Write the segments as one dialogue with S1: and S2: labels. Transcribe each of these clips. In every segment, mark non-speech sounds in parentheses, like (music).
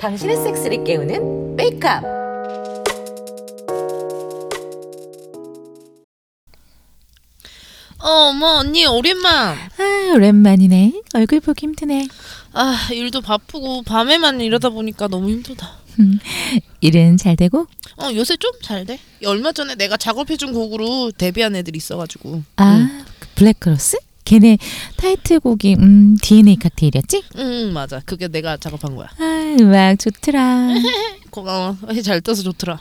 S1: 당신의 섹스를 깨우는 메이크업.
S2: 어, 어머, 언니, 오랜만.
S3: 아, 오랜만이네. 얼굴 보기 힘드네.
S2: 아, 일도 바쁘고, 밤에만 일하다 보니까 너무 힘들다.
S3: 일은 잘 되고?
S2: 어, 요새 좀 잘 돼? 얼마 전에 내가 작업해준 곡으로 데뷔한 애들이 있어가지고.
S3: 아, 블랙크로스? 걔네 타이틀곡이 음, DNA 칵테일이었지?
S2: 응, 응, 맞아. 그게 내가 작업한 거야.
S3: 아, 음악 좋더라.
S2: 고마워. 잘 떠서 (laughs) 좋더라.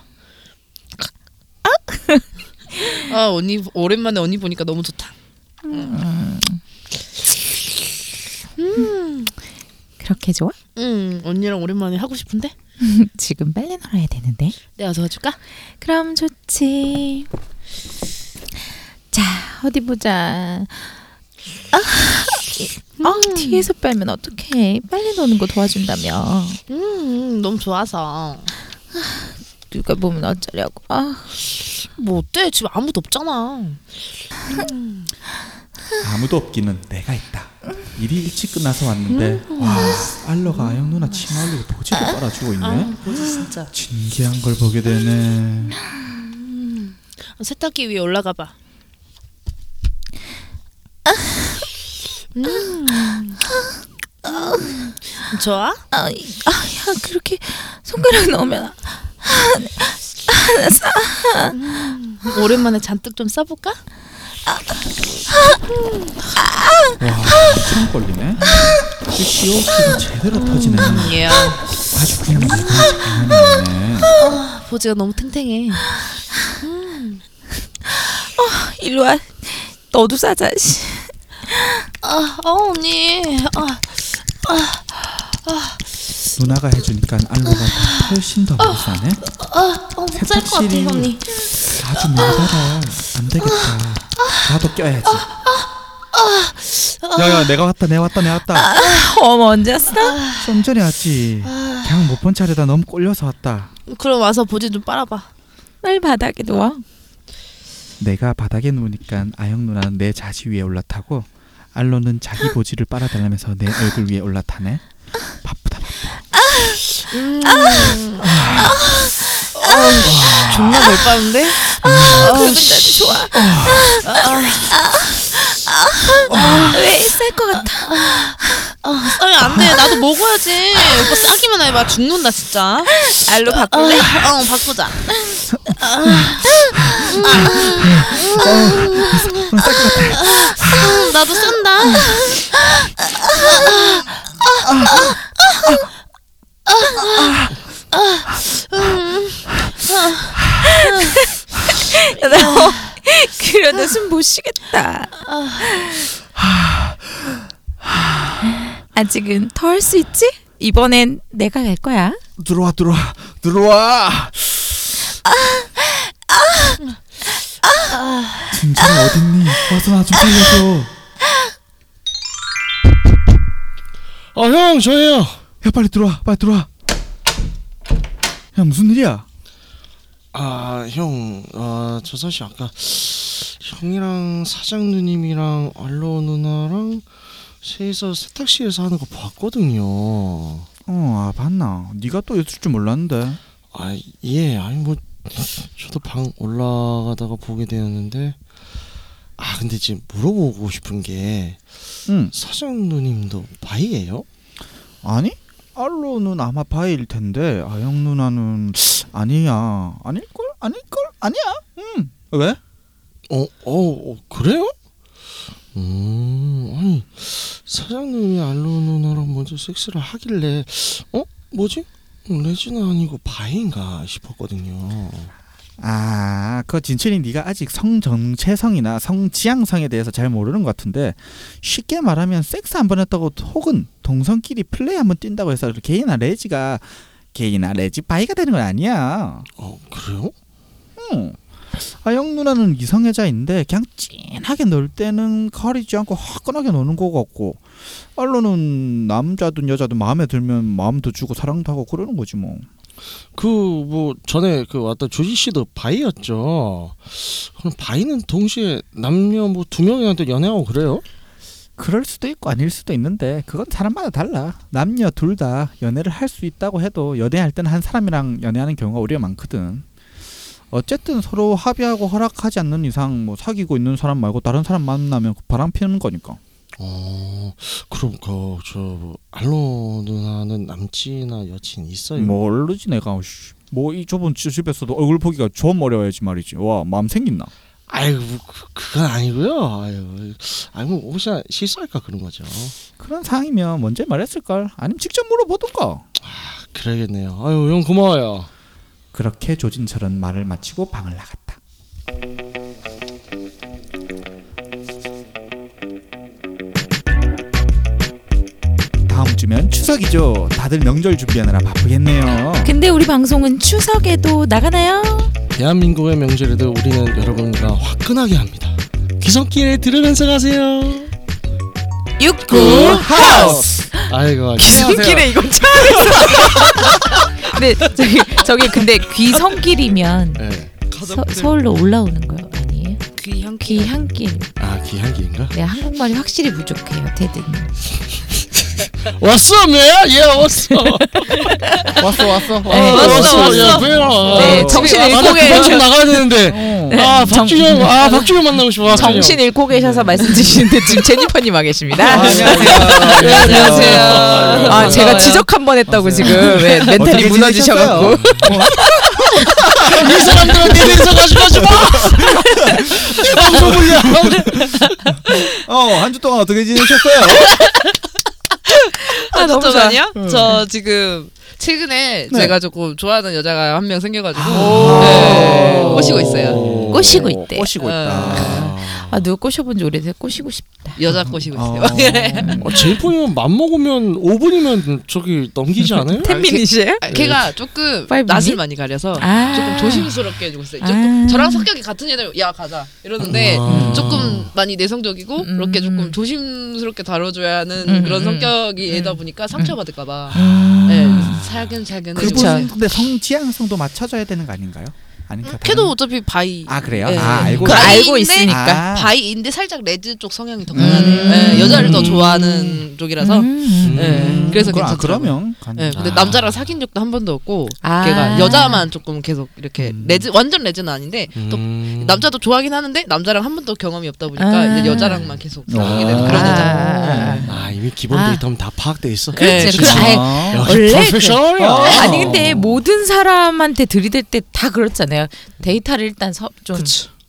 S2: 아, 언니, 오랜만에 언니 보니까 너무 좋다.
S3: 그렇게 좋아? (laughs)
S2: 응, 언니랑 오랜만에 하고 싶은데?
S3: 지금 빨래 널어야 되는데.
S2: 내가 도와줄까?
S3: 그럼 좋지. 자, 어디 보자. 아, 아, 뒤에서 빨면 어떡해. 빨래 넣는 거 도와준다며.
S2: 음, 너무 좋아서.
S3: 누가 보면 어쩌려고. 아,
S2: 뭐 어때? 지금 아무도 없잖아.
S4: 아무도 없기는 내가 있다. 일이 일찍 끝나서 왔는데
S2: 음.
S4: 와 알러가 아영 누나 치마 올리고 도지도 빨아주고 있네.
S2: 뭐지, 진짜.
S4: 진기한 걸 보게 되네.
S2: 세탁기 위에 올라가 봐. 음. 좋아?
S3: 아, 아, 야, 그렇게 손가락 넣으면 아,
S2: 오랜만에 잔뜩 좀 써볼까?
S4: 와 엄청 걸리네. 이 COP가 제대로 터지네.
S2: 예.
S4: 아주 그냥 물건 장난이 아니네.
S2: 보지가 너무 탱탱해.
S3: 일로 와. 너도 싸자. 씨.
S2: 아, 어 언니. 아,
S4: 누나가 해주니까 알러가 훨씬 더 많이 싸네.
S2: 어, 못살것 같아
S4: 세탁실이
S2: 언니.
S4: 아주 멀더라. 안 되겠다. 나도
S2: 아,
S4: 껴야지. 야야 내가 왔다 내가 왔다 내가
S2: 아,
S4: 왔다.
S3: 어머, 언제 왔어?
S4: 좀 전에 왔지. 그냥 못 본 차례다 너무 꼴려서 왔다.
S2: 그럼 와서 보지 좀 빨아봐.
S3: 날 바닥에 누워.
S4: 내가 바닥에 누우니까 아영 누나는 내 자지 위에 올라타고 알로는 자기 보지를 빨아달라면서 내 얼굴 위에 올라타네. 바쁘다. 바쁘다.
S2: 음. 아, 존나 잘 빠는데? 아,
S3: 그건 나도 좋아. 왜 쌀 것
S5: (laughs)
S3: 같아.
S2: 아니 안돼 나도 먹어야지 오빠 싸기만 해봐 죽는다 진짜
S3: 알로 바꿔.
S2: 바꿀래?
S5: 아.
S2: 어 바꾸자 음, 나도 쓴다
S3: 어.
S5: (laughs)
S3: 그러다 숨못 쉬겠다. 아. 아직은 더할 수 있지? 이번엔 내가 갈 거야.
S4: 들어와 들어와 들어와. 진짜 어딨니? 와서 나 좀 살려줘.
S6: 아, 형, 저예요.
S4: 야 빨리 들어와 빨리 들어와. 야 무슨 일이야?
S6: 아, 형, 아, 저 사실 아까 형이랑 사장 누님이랑 알로 누나랑 셋이서 세탁실에서 하는 거 봤거든요.
S4: 어, 아, 봤나? 네가 또 있을 줄 몰랐는데.
S6: 아, 예, 아니 뭐 저도 방 올라가다가 보게 되었는데 아, 근데 지금 물어보고 싶은 게
S4: 응.
S6: 사장 누님도 바이예요?
S4: 아니? 알로는 아마 바일 텐데 아영 누나는 아니야. 아닐걸? 아닐걸? 아니야. 응. 왜?
S6: 어, 어, 어, 그래요? 음, 아니 사장님이 알로 누나랑 먼저 섹스를 하길래 어, 뭐지? 음, 레지나 아니고 바인가 싶었거든요.
S4: 아, 그 진철이 네가 아직 성 정체성이나 성 지향성에 대해서 잘 모르는 것 같은데 쉽게 말하면 섹스 한 번 했다고 혹은 동성끼리 플레이 한 번 뛴다고 해서 게이나 레지가 게이나 레지 바이가 되는 건 아니야.
S6: 어, 그래요?
S4: 응. 아영 누나는 이성애자인데 그냥 진하게 놀 때는 가리지 않고 화끈하게 노는 거 같고 알로는 남자든 여자든 마음에 들면 마음도 주고 사랑도 하고 그러는 거지 뭐.
S6: 그 뭐 전에 그 왔던 조지 씨도 바이였죠. 그럼 바이는 동시에 남녀 뭐 두 명이한테 연애하고 그래요?
S4: 그럴 수도 있고 아닐 수도 있는데 그건 사람마다 달라. 남녀 둘 다 연애를 할 수 있다고 해도 연애할 때는 한 사람이랑 연애하는 경우가 오히려 많거든. 어쨌든 서로 합의하고 허락하지 않는 이상 뭐 사귀고 있는 사람 말고 다른 사람 만나면 바람 피는 거니까.
S6: 어, 그럼 그저 알로 누나는 남친이나 여친 있어요?
S4: 모르지 뭐 내가. 뭐이 좁은 집에서도 얼굴 보기가 좀 어려워야지 말이지. 와 마음 생긴나.
S6: 아유, 그, 그건 아니고요. 아유, 아니 뭐 혹시나 실수할까 그런 거죠.
S4: 그런 상황이면 먼저 말했을 걸. 아니면 직접 물어보던가.
S6: 아, 그래야겠네요. 아유, 형 고마워요.
S4: 그렇게 조진철은 말을 마치고 방을 나갔다. 다음 주면 추석이죠. 다들 명절 준비하느라 바쁘겠네요.
S5: 근데 우리 방송은 추석에도 나가나요?
S6: 대한민국의 명절에도 우리는 여러분과 화끈하게 합니다. 귀성길에 들으면서 가세요.
S5: 육구
S6: 아이고,
S5: 귀성길에 이건 처음 했어. 근데 저기 저기 근데 귀성길이면
S6: 예.
S5: 서, 서울로 올라오는 거요 아니에요?
S2: 귀향
S5: 귀향길.
S6: 아, 귀한길인가?
S5: 네 한국말이 확실히 부족해요 테드님.
S6: 왔어, 매야? 예, 왔어.
S4: (laughs) 왔어 왔어.
S5: 네,
S2: 왔어, 왔어.
S6: 예, 매야.
S5: 네
S4: 어.
S5: 정신
S6: 아, 나
S5: 잃고
S6: 그만 좀
S5: 계셔.
S6: 나가야 되는데. 아,
S5: 정-
S6: 박준영, 아, 박준영 만나고 싶어. 박준영.
S5: 정신 잃고 계셔서 말씀드리시는데 (laughs) 지금 제니퍼님 와 계십니다.
S4: 안녕하세요.
S5: 아, 안녕하세요. 아 제가
S2: 반가워요.
S5: 지적 한 번 했다고 지금 네, 아, 멘탈이 무너지셔갖고.
S6: 이 사람들한테 대해서 가져가지 마! 내 (laughs) 방송을요!
S4: 어한 주 동안 어떻게 지내셨어요?
S2: 아,
S5: 너무
S2: 저
S5: 좋아. 네.
S2: 아니야? 저 지금 최근에 제가 조금 좋아하는 여자가 한 명 생겨가지고
S5: 아.
S2: 네,
S4: 오. 네.
S2: 꼬시고 있어요. 어.
S5: 꼬시고 있대.
S4: 꼬시고 있다.
S5: 아 누가 꼬셔본 지 오래돼서 꼬시고 싶다.
S2: 여자 꼬시고 있어요.
S4: 어.
S5: 아.
S6: 어, 제이폰이면 맘먹으면 5분이면 저기 넘기지 않아요?
S5: 음. 텐미닛이에요?
S2: 아, (laughs) 걔가 조금
S5: 빨리
S2: 낯을
S5: 문의?
S2: 많이 가려서
S5: 아.
S2: 조금 조심스럽게 해주고 있어요.
S5: 아.
S2: 조금 저랑 성격이 같은 애들 야 가자 이러는데
S6: 아.
S2: 조금 많이 내성적이고
S5: 음.
S2: 그렇게 조금 조심스럽게 다뤄줘야 하는
S5: 음, 음. 아.
S2: 그런 성격이다 보니까 상처받을까봐 네, 살근살근 해주고 있어요.
S4: 그분 근데 성 지향성도 맞춰줘야 되는 거 아닌가요? 아닌가?
S2: 걔도 어차피 바이
S4: 아 그래요?
S2: 예.
S4: 아 알고
S5: 그
S2: 바이인데-
S5: 알고 있으니까.
S4: 아.
S2: 바이인데 살짝 레드 쪽 성향이 더 강하네요. 네, 여자를 더 좋아하는 쪽이라서.
S5: 음.
S2: 네, 그래서
S4: 그럼, 아,
S2: 괜찮더라고요.
S4: 그러면 간-
S2: 네, 근데
S6: 아.
S2: 남자랑 사귄 적도 한 번도 없고
S5: 아.
S2: 걔가 여자만 조금 계속 이렇게
S4: 음.
S2: 레즈 완전 레즈는 아닌데 또
S6: 음.
S2: 남자도 좋아하긴 하는데 남자랑 한 번도 경험이 없다 보니까
S5: 아.
S2: 이제 여자랑만 계속 사귀게
S4: 아.
S2: 되는 네, 그런
S5: 아.
S2: 여자.
S6: 아, 이미 기본
S5: 아.
S6: 데이터면 다 파악돼 있어.
S2: 그렇지,
S6: 예,
S2: 그렇지.
S6: 진짜.
S5: 아이,
S4: 아.
S6: 역시
S5: 원래
S6: 프로페셔널이야.
S4: 그래. 아.
S5: 네. 아니 근데 모든 사람한테 들이댈 때 다 그렇잖아요. 데이터를 일단 서, 좀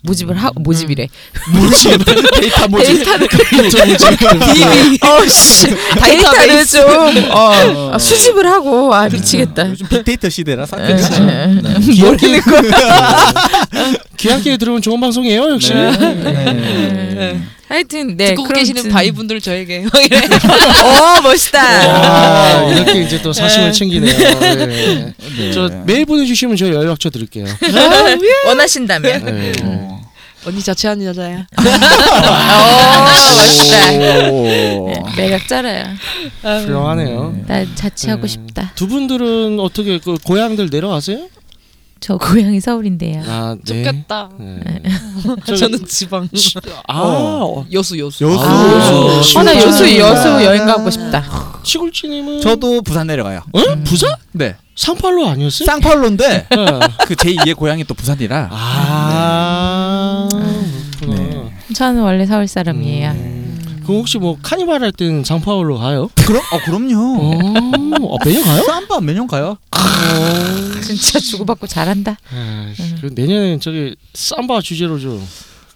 S5: 모집을 하고 모집이래.
S4: 모집 데이터 모집
S5: (laughs) 데이터를 (laughs)
S4: DB
S5: 어씨 음. (laughs) 데이터를 좀
S4: 어
S5: 아, 수집을 하고 아 미치겠다.
S4: 네. 요즘 빅데이터 시대라
S2: 네.
S5: 에,
S4: 사건이
S2: 그렇죠.
S4: 네.
S5: 에, 에. 음.
S6: 귀한길에 (laughs) 귀한길에 들으면 좋은 방송이에요, 역시.
S4: 네.
S2: 네.
S5: 하여튼 네
S2: 듣고 계시는
S5: 좀-
S2: 바이 분들 저에게 (laughs) 막 이래.
S5: 어 멋있다.
S6: 아, 이렇게 이제 또 사심을
S5: (laughs)
S6: 챙기네요. 예.
S4: 네.
S6: 저 메일 보내주시면 저희 연락처 드릴게요.
S5: 아,
S6: 네.
S5: 원하신다면.
S6: 예.
S2: 언니 자취하는 여자야.
S4: 네.
S2: (laughs)
S5: 어 멋있다.
S2: 네.
S4: 오.
S5: 매력 짜라요.
S6: 훌륭하네요.
S5: 네, 나 자취하고
S6: 음.
S5: 싶다.
S6: 두 분들은 어떻게 그 고향들 내려가세요?
S5: 저 고향이 서울인데요.
S6: 아, 네.
S2: 좋겠다.
S5: (laughs)
S6: 네.
S2: 저는 지방
S6: 아, 어.
S2: 여수 여수.
S4: 여수.
S6: 아,
S4: 여수.
S5: 어, 나 여수
S4: 진짜.
S5: 여수 여행 가고 싶다.
S6: 시골지님은
S4: 저도 음. 부산 내려가요.
S6: 어? 부산?
S4: 네.
S6: 상팔로 아니었어요?
S4: 쌍팔로인데
S6: 예.
S4: (laughs) 그 제2의 고향이 또 부산이라.
S6: 아, 그렇구나. 음.
S5: 저는 원래 서울 사람이에요.
S6: 네. 예. 그럼 혹시 뭐 카니발 할 때는 상파울로 가요?
S4: 그럼 어
S6: 어,
S4: 그럼요.
S6: 아, 매년 가요?
S4: 쌈바 몇년 가요?
S6: 어. (laughs)
S5: 진짜 주고받고 잘한다.
S6: 아, 그 내년에 저기 삼바 주제로 좀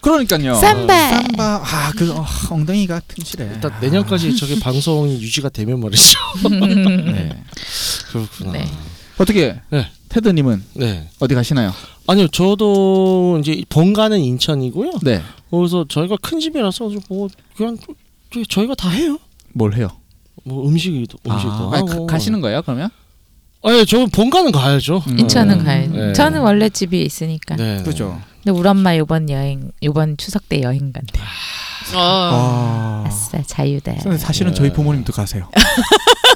S4: 그러니까요. 어,
S5: 쌈바.
S4: 쌈바 아그 어, 엉덩이가 튼실해.
S6: 일단 내년까지 저기 방송이 유지가 되면 말이죠.
S4: 네.
S6: (laughs) 그렇구나.
S5: 네.
S6: 네.
S4: 어떻게
S6: 네.
S4: 테드님은 어디 가시나요?
S6: 아니요, 저도 이제 본가는 인천이고요.
S4: 네.
S6: 그래서 저희가 큰 집이라서 좀뭐 그냥 저- 저희가 다 해요.
S4: 뭘 해요?
S6: 뭐 음식이도 음식도
S4: 아, 아니, 가,
S6: 하고.
S4: 가시는 거예요 그러면?
S6: 아니, 저는 본가는 가야죠.
S4: 음.
S5: 인천은
S4: 음.
S5: 가요.
S6: 네.
S5: 저는 원래 집이 있으니까.
S6: 네.
S4: 그죠.
S5: 근데 우리 엄마 요번 여행 요번 추석 때 여행 간대.
S6: 아.
S2: 어.
S4: 아.
S5: 아싸 자유다.
S4: 근데 사실은
S6: 네.
S4: 저희 부모님도 가세요.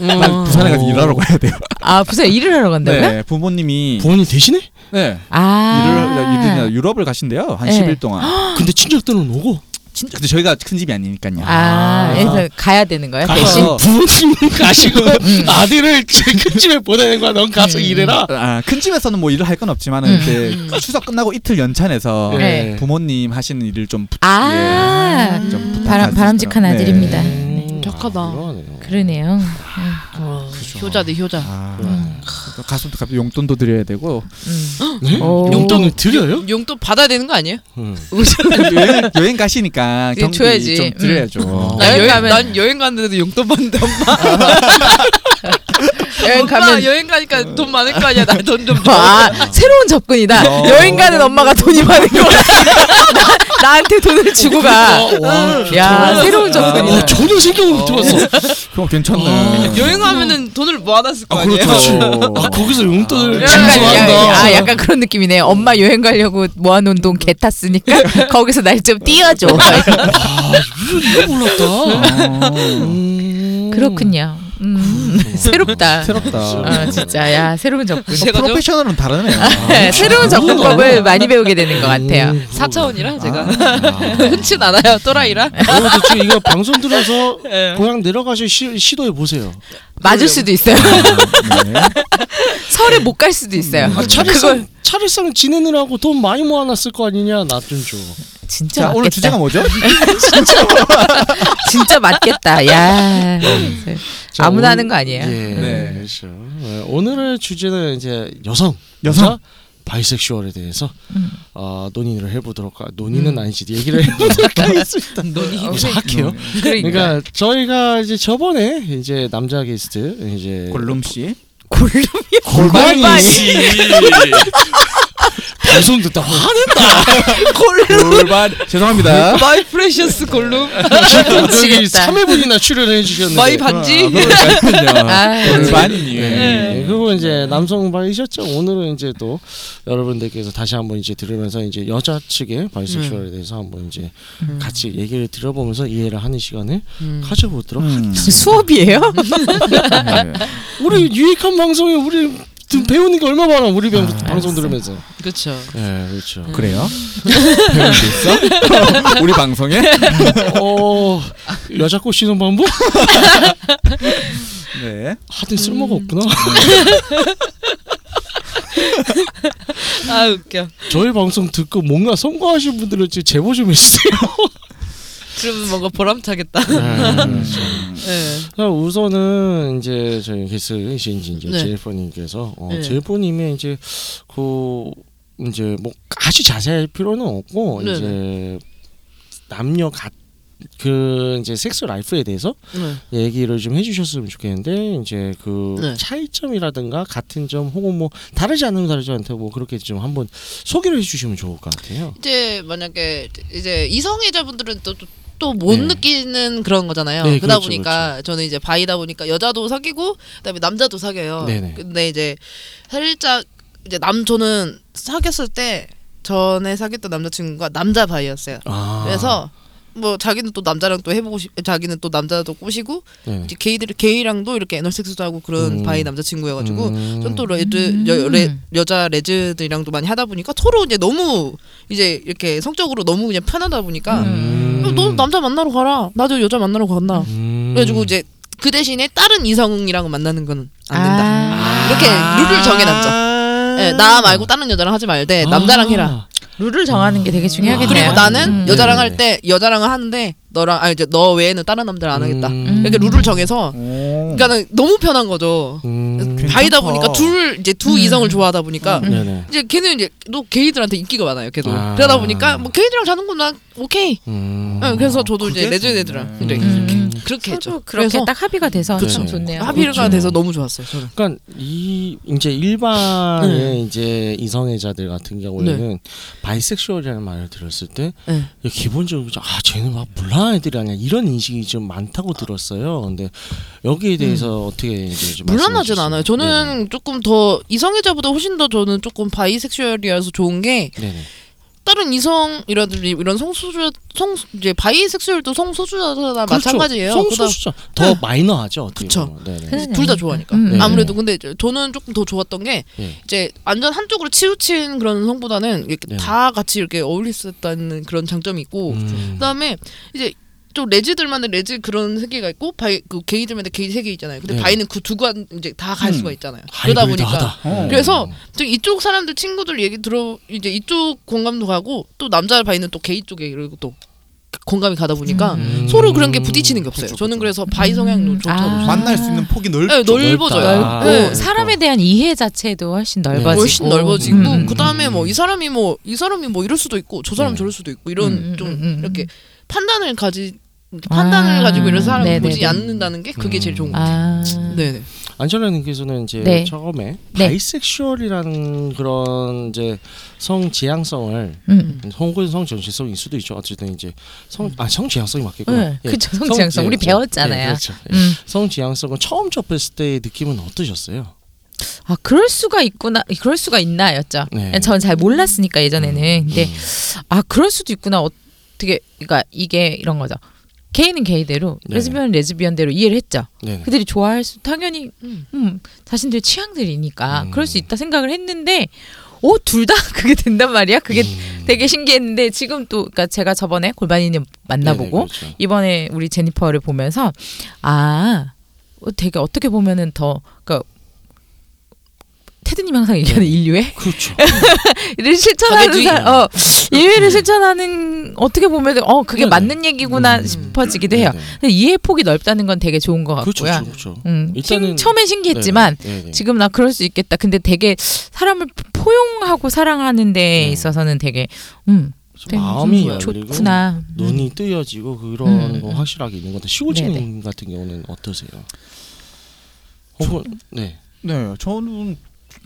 S2: 음.
S4: 부산에 가서 일하러 가야 돼요.
S5: 아 부산 일을 하러 간다고요?
S4: 네, 부모님이
S6: 어. 부모님 대신에?
S4: 네
S5: 아
S4: 일을 일이나 유럽을 가신대요. 한
S5: 네.
S4: 10일 동안.
S6: 근데 친척들은 오고.
S4: 진짜 근데 저희가 큰 집이 아니니까요.
S5: 아, 그래서 가야 되는 거야 대신.
S4: 어.
S6: 가서 부모님은 가시고
S4: 음.
S6: 아들을 큰 집에 보내는 거야. 넌 가서 일해라.
S4: 아, 큰 집에서는 뭐 일을 할 건 없지만 은
S5: 음.
S4: 이제 추석 끝나고 이틀 연차내서
S5: 네.
S4: 부모님 하시는 일을 좀 부,
S5: 아,
S4: 예, 좀
S5: 바람, 바람직한
S4: 부탁드리겠습니다.
S5: 아들입니다.
S6: 음,
S2: 착하다.
S6: 아, 그러네요.
S5: 네. 그러네요.
S2: 그렇죠. 효자네 효자.
S4: 아,
S6: 음.
S4: 가슴도 갑자기 용돈도 드려야 되고 (laughs)
S5: 음.
S6: 네?
S5: 오.
S6: 용돈을 드려요?
S2: 용돈 받아야 되는 거 아니에요?
S6: 음.
S4: 여행, 여행 가시니까
S2: 예,
S4: 경비
S2: 줘야지.
S4: 좀 드려야죠.
S5: 음.
S4: 어,
S2: 나
S5: 여행
S2: 어. 여행
S5: 가면-
S2: 난 여행 가는데도 용돈 받는다.
S5: (laughs) 여행
S2: 엄마
S5: 가면
S2: 아, 여행 가니까 돈 많을 거 아니야. 나 돈
S5: (laughs)
S2: 좀 줘.
S5: 아, 새로운 접근이다.
S4: 어.
S5: 여행 가는 엄마가 돈이 많은 거야. (laughs) 나, 나한테 돈을 주고
S4: 아,
S2: 어,
S5: 가.
S6: 와, 좋다.
S5: 야, 새로운 접근이다.
S6: 어, 전혀 생각을 못 해봤어.
S4: 그럼 괜찮네.
S5: 어.
S2: 여행 가면은 돈을 모아놨을 거
S4: 아,
S2: 아니에요.
S4: 그렇죠.
S6: 아, 거기서 용돈을
S2: 아.
S5: 약간,
S6: 징수한다.
S5: 야, 음. 아, 약간 그런 느낌이네. 엄마 여행 가려고 모아놓은 돈 개
S2: (laughs)
S5: 탔으니까 거기서 날 좀 띄워줘.
S2: 음.
S6: 이거 몰랐다.
S4: 어,
S6: 음.
S5: (laughs) 그렇군요. 음, 새롭다.
S6: 아.
S4: 새롭다.
S5: 어, 진짜 야 새로운
S2: (laughs)
S5: 접근. 어,
S2: 제가 좀
S4: 프로페셔널은 다르네요.
S5: 네,
S2: 아,
S5: 새로운
S2: 음.
S5: 접근법을 많이 배우게 되는 것 같아요.
S6: 음,
S2: 4차원이라 제가
S6: 아.
S2: 흔치 않아요.
S5: (laughs)
S2: 또라이라.
S6: 여러분들 어, 지금 이거 방송 들어서
S2: 예.
S6: 고향 내려가실 시, 시도해 보세요.
S5: 맞을 수도 있어요. (laughs)
S4: 네.
S5: 설에 못 갈 수도 있어요.
S6: 아, 차례상 차례상 지내느라고 돈 많이 모아놨을 거 아니냐 나 좀 줘.
S5: 진짜
S4: 자,
S5: 맞겠다.
S4: 오늘 주제가 뭐죠?
S5: 진짜 맞겠다. 야 네.
S6: 자,
S5: 아무나
S6: 오늘-
S5: 하는 거 아니에요? 음.
S6: 예,
S4: 네.
S6: 그렇죠. 네, 오늘의 주제는 이제 여성,
S4: 여성.
S6: 여자, 바이섹슈얼에 대해서
S5: 음.
S6: 어, 논의를 해보도록 하, 논의는 아니지 얘기를
S5: (laughs)
S6: 해보도록 하겠습니다. 논의 무슨 학해요?
S5: 그러니까,
S6: 어, 그러니까 저희가 이제 저번에 이제 남자 게스트 이제
S4: 골룸 씨.
S5: 골룸
S6: 골반이 씨. 방송 듣다 화낸다.
S5: (laughs)
S4: 골반. 죄송합니다.
S2: 마이 프레셔스 골룸.
S6: 아, 저기
S5: 미치겠다.
S6: 3회분이나 출연해 주셨는데
S2: 마이 반지. (laughs)
S5: 아.
S4: 골반이.
S6: 네. 그리고 이제 남성 바이셨죠. 오늘은 이제 또 여러분들께서 다시 한번 이제 들으면서 이제 여자 측의 바이섹슈얼에 대해서 한번 이제 같이 얘기를 들어보면서 이해를 하는 시간을 가져보도록.
S4: 음.
S5: 수업이에요?
S2: (laughs)
S4: 네.
S6: 우리 유익한 방송에 우리 지금 배우는 게 얼마 많아. 우리 방- 방송 들으면서.
S2: 그렇죠.
S6: 네, 그렇죠.
S2: (laughs)
S4: 그래요? 배운 게 있어? 우리 방송에?
S6: 어 여자 꽃 씻는 방법?
S4: 네.
S6: 하여튼 쓸모가 없구나.
S2: 아 웃겨.
S6: 저희 방송 듣고 뭔가 성공하신 분들은 지금 제보 좀 해주세요.
S2: 그러면 뭔가 보람차겠다. 음.
S4: 음.
S6: 네.
S2: 예.
S6: 자, 우선은 이제 저희 게스트 신지 이제
S2: 네.
S6: 제일포님께서 어,
S2: 네.
S6: 제일포님의 이제 그 이제 뭐 아주 자세할 필요는 없고
S2: 네.
S6: 이제 남녀 같그 이제 섹스 라이프에 대해서
S2: 네.
S6: 얘기를 좀 해주셨으면 좋겠는데 이제 그
S2: 네.
S6: 차이점이라든가 같은 점 혹은 뭐 다르지 않으면 다르지 않다 뭐 그렇게 좀 한번 소개를 해주시면 좋을 것 같아요.
S2: 이제 만약에 이제 이성애자분들은 또 또 못
S6: 네.
S2: 느끼는 그런 거잖아요.
S6: 네,
S2: 그러다
S6: 그렇죠,
S2: 보니까 저는 이제 바이다 보니까 여자도 사귀고 그다음에 남자도 사귀어요.
S6: 네네.
S2: 근데 이제 살짝 이제 남 저는 사귀었을 때 전에 사귀었던 남자친구가 남자 바이였어요.
S6: 아.
S2: 그래서 뭐 자기는 또 남자랑 또 해보고 싶, 자기는 또 남자도 꼬시고
S6: 네.
S2: 이제 게이들 게이랑도 이렇게 애널섹스도 하고 그런
S6: 음.
S2: 바이 남자친구여가지고
S6: 음.
S2: 전 또 레드 여, 레, 여자 레즈들이랑도 많이 하다 보니까 서로 이제 너무 이제 이렇게 성적으로 너무 그냥 편하다 보니까
S6: 음.
S2: 야, 너 남자 만나러 가라 나도 여자 만나러 갔나
S6: 음.
S2: 그래가지고 이제 그 대신에 다른 이성이랑 만나는 건 안 된다
S5: 아,
S2: 이렇게 룰을 정해놨죠 예, 나 말고 다른 여자랑 하지 말되
S5: 아.
S6: 음.
S2: 남자랑 해라
S6: 아.
S5: 룰을 정하는 게 되게 중요하겠네요.
S2: 그리고 나는
S5: 음.
S2: 여자랑
S6: 네네네.
S2: 할 때 여자랑 은 하는데 너랑 아 이제 너 외에는 다른 남자를 안 하겠다
S6: 음.
S2: 이렇게 룰을 정해서
S4: 오.
S2: 그러니까는 너무 편한 거죠
S6: 음.
S2: 바이다 보니까 둘 이제 두
S5: 음.
S2: 이성을 좋아하다 보니까
S6: 네네.
S2: 이제 걔는 이제 또 게이들한테 인기가 많아요. 걔도
S6: 아.
S2: 그러다 보니까 뭐 게이들이랑 자는 건 난 오케이.
S6: 음.
S2: 응, 그래서 저도
S4: 그게
S2: 이제 레전드
S4: 좋네.
S2: 애들랑
S6: 음.
S2: 이렇게
S5: 음.
S2: 그렇게 했죠.
S5: 서로 그렇게
S2: 그래서
S5: 딱 합의가 돼서
S6: 그쵸.
S5: 참 좋네요.
S2: 합의가
S6: 그렇죠.
S2: 돼서 너무 좋았어요. 저는.
S6: 그러니까 이 이제 일반의
S2: 네.
S6: 이제 이성애자들 같은 경우에는 바이섹슈얼이라는 말을 들었을 때
S2: 네.
S6: 기본적으로 좀, 아 쟤는 막 몰라 애들이 아니야 이런 인식이 좀 많다고 들었어요. 근데 여기에 대해서 어떻게 이제 좀 말씀해
S2: 불안하진 음.
S6: 주시죠? 네.
S2: 않아요. 저는 조금 더 이성애자보다 훨씬 더 저는 조금 바이섹슈얼이라서 좋은 게
S6: 네네. 네네.
S2: 따, 다른 이성 이라든지 이런 성소수자 성 이제 바이섹슈얼도 성소수자나 마찬가지예요.
S6: 그렇죠.
S2: 네.
S6: 성소수자 더 마이너하죠. 어떻게
S2: 그쵸.
S6: 보면. 네네.
S5: 그냥-
S2: 둘 다 좋아하니까.
S5: 음.
S6: 네.
S2: 아무래도 근데 이제 저는 조금 더 좋았던 게
S6: 예.
S2: 이제 완전 한쪽으로 치우친 그런 성보다는 이렇게
S6: 네.
S2: 다 같이 이렇게 어울릴 수 있다는 그런 장점이 있고
S6: 음.
S2: 그다음에 이제 좀 레즈들만의 레즈 그런 세계가 있고 바이 그 게이들만의 게이 세계 있잖아요. 근데
S6: 네.
S2: 바이는 그 두가 이제 다 갈
S4: 음.
S2: 수가 있잖아요. 그러다 보니까
S6: 하이브리드하다. 음.
S4: 어.
S2: 그래서 저 이쪽 사람들 친구들 얘기 들어 이제 이쪽 공감도 가고 또 남자 바이는 또 게이 쪽에 이러고 또 공감이 가다 보니까
S6: 음.
S2: 서로 그런 게 부딪히는 게 없어요.
S6: 그쵸,
S2: 저는
S6: 그쵸.
S2: 그래서 바이 성향도
S5: 음.
S2: 좋다고.
S5: 아.
S2: 생각해요.
S4: 만날 수 있는 폭이 넓.
S2: 네, 넓어져요.
S4: 아.
S6: 넓다.
S5: 넓고
S2: 네.
S5: 사람에 대한 이해 자체도 네. 훨씬 넓어지고
S2: 훨씬 넓어지고
S5: 음, 음,
S2: 그다음에
S6: 음.
S2: 뭐 이 사람이 뭐 이 사람이 뭐 이럴 수도 있고 저 사람
S6: 네.
S2: 저럴 수도 있고 이런
S5: 음,
S2: 좀
S5: 음, 음,
S2: 이렇게 판단을 가지 판단을
S5: 아,
S2: 가지고 이런 사람을
S5: 네네네.
S2: 보지 않는다는 게 그게 제일 좋은 것 같아요.
S5: 아
S2: 네네.
S6: 안철라님께서는 이제
S5: 네.
S6: 처음에
S5: 네.
S6: 바이섹슈얼이라는 그런 이제 성 지향성을
S5: 음.
S6: 혹은 성 정체성일 수도 있죠. 어쨌든 이제 성아성 지향성이 맞겠구나.
S5: 응,
S6: 예.
S5: 네. 그쵸
S6: 성-
S5: 성지향성
S6: 예,
S5: 우리
S6: 예, 예,
S5: 배웠잖아요.
S6: 그렇죠. 예.
S5: 음.
S6: 성 지향성은 처음 접했을 때의 느낌은 어떠셨어요?
S5: 아 그럴 수가 있구나, 그럴 수가 있나였죠. 예,
S6: 네.
S5: 저는 잘 몰랐으니까 예전에는. 근데
S6: 음.
S5: 아 그럴 수도 있구나 어떻게 그러니까 이게 이런 거죠. 게이는 게이대로
S6: 네. 음.
S5: 레즈비언은 레즈비언대로 이해를 했죠.
S6: 네네.
S5: 그들이 좋아할 수 당연히
S2: 음.
S5: 음, 자신들의 취향들이니까
S6: 음.
S5: 그럴 수 있다 생각을 했는데 어 둘 다 (laughs) 그게 된단 말이야. 그게
S6: 음.
S5: 되게 신기했는데 지금 또 그러니까 제가 저번에 골반이님 만나보고
S6: 네네, 그렇죠.
S5: 이번에 우리 제니퍼를 보면서 아 어, 되게 어떻게 보면은 더 그러니까 테드님 항상 얘기하는 인류애를
S6: 그렇죠.
S5: (laughs) 실천하는
S2: 자매주의.
S5: 사람, 어, 인류애를 실천하는 어떻게 보면 어 그게
S6: 네네.
S5: 맞는 얘기구나
S6: 음.
S5: 싶어지기도 해요.
S6: 네네.
S5: 근데 이해 폭이 넓다는 건 되게 좋은 것
S6: 그렇죠.
S5: 같고요.
S6: 그렇죠. 그렇죠.
S5: 음,
S6: 일단은-
S5: 신- 처음엔 신기했지만
S6: 네네. 네네.
S5: 지금 나 그럴 수 있겠다. 근데 되게 사람을 포용하고 사랑하는 데
S6: 네.
S5: 있어서는 되게 음 되게
S6: 마음이
S5: 좀
S6: 열리고
S5: 좋구나.
S6: 눈이 뜨여지고 그런
S5: 음,
S6: 거
S5: 음.
S6: 확실하게 있는 건데 시골주님
S5: 네네.
S6: 같은 경우는 어떠세요? 혹은 네.
S4: 네, 저는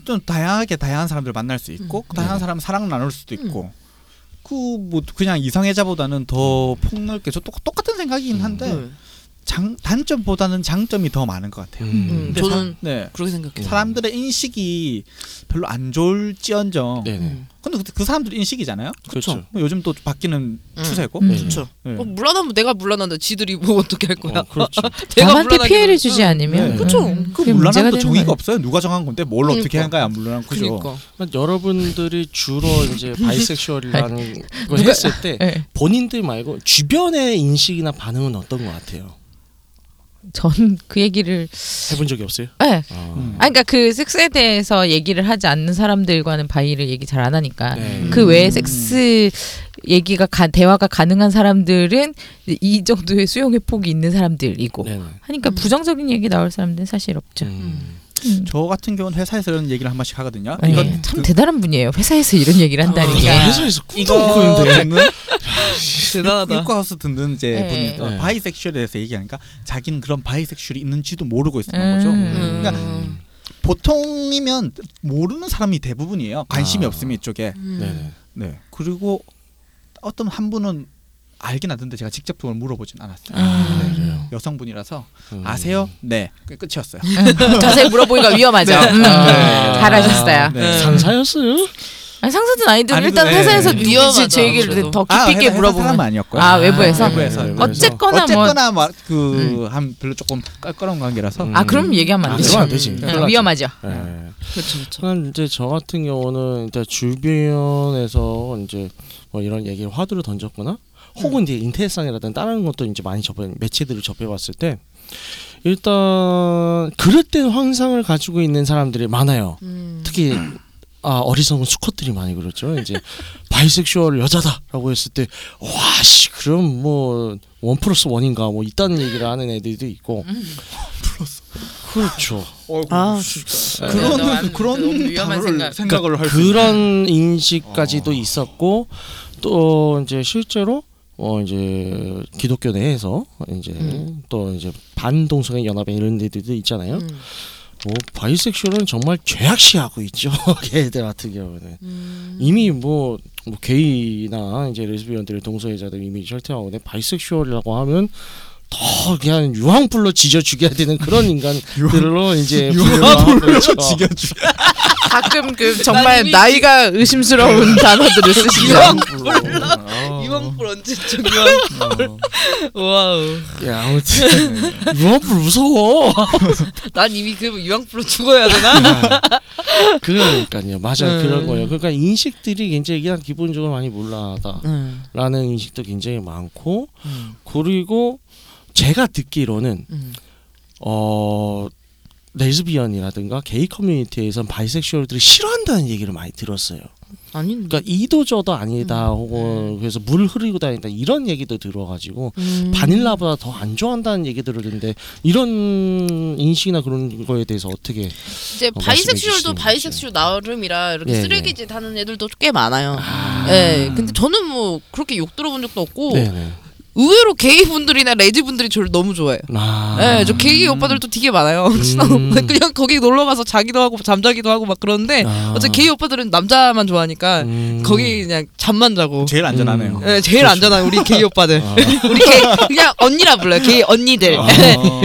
S4: 좀 다양하게 다양한 사람들 만날 수 있고
S2: 음. 네.
S4: 다양한 사람 사랑 나눌 수도 있고 그 뭐 그냥 이성애자보다는 더 폭넓게 저 똑, 똑같은 생각이긴 한데
S2: 네.
S4: 장, 단점보다는 장점이 더 많은 것 같아요.
S2: 음,
S6: 음.
S4: 근데
S2: 저는
S4: 사, 네.
S2: 그렇게 생각해요.
S4: 사람들의 인식이 별로 안 좋을지언정.
S6: 네네.
S2: 음.
S4: 근데 그- 그 사람들 인식이잖아요.
S6: 그렇죠.
S4: 뭐 요즘 또 바뀌는
S2: 음.
S4: 추세고.
S5: 음.
S2: 그렇죠.
S4: 네.
S2: 어, 물러나면 내가 물러난다. 지들이 뭐 (laughs) 어떻게 할 거야?
S6: 어, 그렇죠.
S5: 남한테
S2: 물러나게
S5: 피해를
S2: 되면-
S5: 주지
S2: 응.
S5: 않으면 음.
S4: 네.
S2: 그쵸.
S4: 그
S5: 그게 문제가
S4: 물러남도
S5: 되는
S4: 정의가
S5: 거예요.
S4: 없어요. 누가 정한 건데 뭘 어떻게
S2: 그러니까.
S4: 한 거야 안 물러난 거죠.
S2: 그러니까.
S6: 그러니까 여러분들이 주로 이제 바이섹슈얼이라는 걸
S5: 누가-
S6: 했을 때
S5: 네.
S6: 본인들 말고 주변의 인식이나 반응은 어떤 것 같아요?
S5: 전 (laughs) 그 얘기를
S6: 해본 적이 없어요?
S5: 네.
S6: 아.
S4: 음.
S5: 아 그러니까 그 섹스에 대해서 얘기를 하지 않는 사람들과는 바이를 얘기 잘 안 하니까
S6: 네.
S5: 그 외에
S4: 음.
S5: 섹스 얘기가 가, 대화가 가능한 사람들은 이제 이 정도의 수용의 폭이 있는 사람들이고
S6: 네네.
S5: 하니까
S2: 음.
S5: 부정적인 얘기 나올 사람들은 사실 없죠.
S6: 음.
S5: 음.
S4: 저 같은 경우는 회사에서 이런 얘기를 한 번씩 하거든요.
S5: 네.
S4: 이거
S5: 참
S2: 그
S5: 대단한 분이에요. 회사에서 이런 얘기를 한다는 게.
S6: 야, 아, 회사에서 꿈도 못
S4: 이거 음.
S6: 꾸는데.
S4: 듣는
S2: 대단하다.
S4: 육과하우스 듣는 이제
S5: 네.
S4: 분이 또
S6: 네.
S4: 바이섹슈얼에 대해서 얘기하니까 자기는 그런 바이섹슈얼이 있는지도 모르고 있었던
S5: 음.
S4: 거죠.
S6: 음.
S2: 그러니까-
S4: 보통이면 모르는 사람이 대부분이에요. 관심이
S6: 아.
S4: 없으면 이쪽에.
S2: 음.
S6: 네네.
S4: 네. 그리고 어떤 한 분은 알긴 하던데 제가 직접 그걸 물어보진 않았어요. 네.
S6: 아, 그래요.
S4: 여성분이라서
S6: 음.
S4: 음. 아세요? 네. 그 끝이었어요.
S5: 음, (laughs) 자세히 물어보기가 위험하죠. 음.
S6: 네.
S5: 잘하셨어요.
S4: 네.
S6: 상사였어요?
S5: 아니, 상사든 아니든
S4: 아니,
S5: 일단
S4: 네.
S5: 회사에서
S4: 네.
S5: 위험하죠.
S2: 위험하죠,
S5: 제 얘기를
S2: 아무래도.
S5: 더
S4: 아,
S5: 깊이 있게
S4: 회사- 회사 사람
S5: 물어보면
S4: 아니었고요.
S5: 아 외부에서.
S6: 아,
S4: 외부에서.
S6: 네.
S4: 외부에서.
S5: 어쨌거나 뭐-
S4: 어쨌거나 뭐그한 별로 조금 깔끔한 관계라서
S6: 음.
S5: 아 그럼 얘기하면
S6: 아,
S5: 안
S6: 그러면
S5: 되죠.
S6: 안 되지.
S5: 음,
S6: 큰일 나죠.
S5: 위험하죠.
S6: 네.
S2: 그렇죠. 그렇죠.
S6: 저는 이제 저 같은 경우는 일단 주변에서 이제 뭐 이런 얘기를 화두를 던졌거나
S2: 음.
S6: 혹은 이제 인터넷상이라든 다른 것도 이제 많이 접해 매체들을 접해봤을 때 일단 그릇된 환상을 가지고 있는 사람들이 많아요.
S2: 음.
S6: 특히 아 어리석은 수컷들이 많이 그렇죠. 이제 바이섹슈얼 여자다라고 했을 때 와씨 그럼 뭐원 플러스 원인가 뭐 이딴 얘기를 하는 애들도 있고
S2: 음.
S6: 그렇죠.
S2: 아,
S5: 네.
S4: 그런
S5: 너무 안-
S4: 그런
S5: 너무 네. 위험한
S4: 단어를
S5: 생각.
S4: 생각을 할수 어.
S6: 그런 인식까지도 있었고 또 이제 실제로 어 이제 기독교 내에서 이제
S2: 음.
S6: 또 이제 반동성애 연합회 이런 데들도 있잖아요.
S2: 음.
S6: 뭐 바이섹슈얼은 정말 죄악시하고 있죠. (laughs) 걔들 같은 경우는
S2: 음.
S6: 이미 뭐, 뭐 게이나 이제 레즈비언들 동성애자들 이미 절대하고 근데 바이섹슈얼이라고 하면 더
S4: (laughs)
S6: 그냥 (laughs) 유황불로 지져 죽여야 되는 그런 인간들로 이제
S4: 유황불로 어.
S6: 분류를 하고 있죠.
S4: 지겨주
S5: 가끔
S2: (laughs)
S5: 그 정말
S2: 이미
S5: 나이가
S2: (laughs)
S5: 의심스러운 단어들을 쓰시죠.
S2: 이원 브런치 쪽 이원 와우
S6: 야 아무튼 유언불 무서워. (laughs)
S2: 난 이미 그 유황불로 죽어야 되나?
S6: (laughs) 그러니까요. 맞아요.
S2: 음.
S6: 그런 거예요. 그러니까 인식들이 굉장히 그냥 기본적으로 많이 몰라하다라는 인식도 굉장히 많고 그리고 제가 듣기로는
S2: 음.
S6: 어 레즈비언이라든가 게이 커뮤니티에선 바이섹슈얼들이 싫어한다는 얘기를 많이 들었어요.
S2: 아닌데.
S6: 그러니까 이도저도
S2: 음. 네.
S6: 아니다 혹은 그래서 물을 흐리고 다닌다 이런 얘기도 들어가지고
S2: 음.
S6: 바닐라보다 더 안 좋아한다는 얘기들을 듣는데 이런 인식이나 그런 거에 대해서 어떻게
S2: 이제
S6: 어,
S2: 바이섹슈얼도
S6: 말씀해 주시는
S2: 바이섹슈얼 나름이라 이렇게
S6: 예, 예.
S2: 쓰레기짓 하는 애들도 꽤 많아요. 예. 근데 저는 뭐 그렇게 욕 들어본 적도 없고
S6: 네네
S2: 의외로 게이 분들이나 레즈 분들이 저를 너무 좋아해요.
S6: 아
S2: 예, 저 게이 오빠들도 되게 많아요. 친한
S6: 음.
S2: 오빠들. (laughs) 그냥 거기 놀러 가서 자기도 하고 잠자기도 하고 막 그러는데
S6: 아.
S2: 네. 어째 게이 오빠들은 남자만 좋아하니까
S6: 음.
S2: 거기 그냥 잠만 자고.
S4: 제일 안전하네요.
S6: 음.
S2: 예, 제일
S4: 그렇죠.
S2: 안전한 우리 게이 오빠들. (laughs) 우리 게이 그냥 언니라 불러요. 게이 언니들.
S4: 아.
S2: (laughs)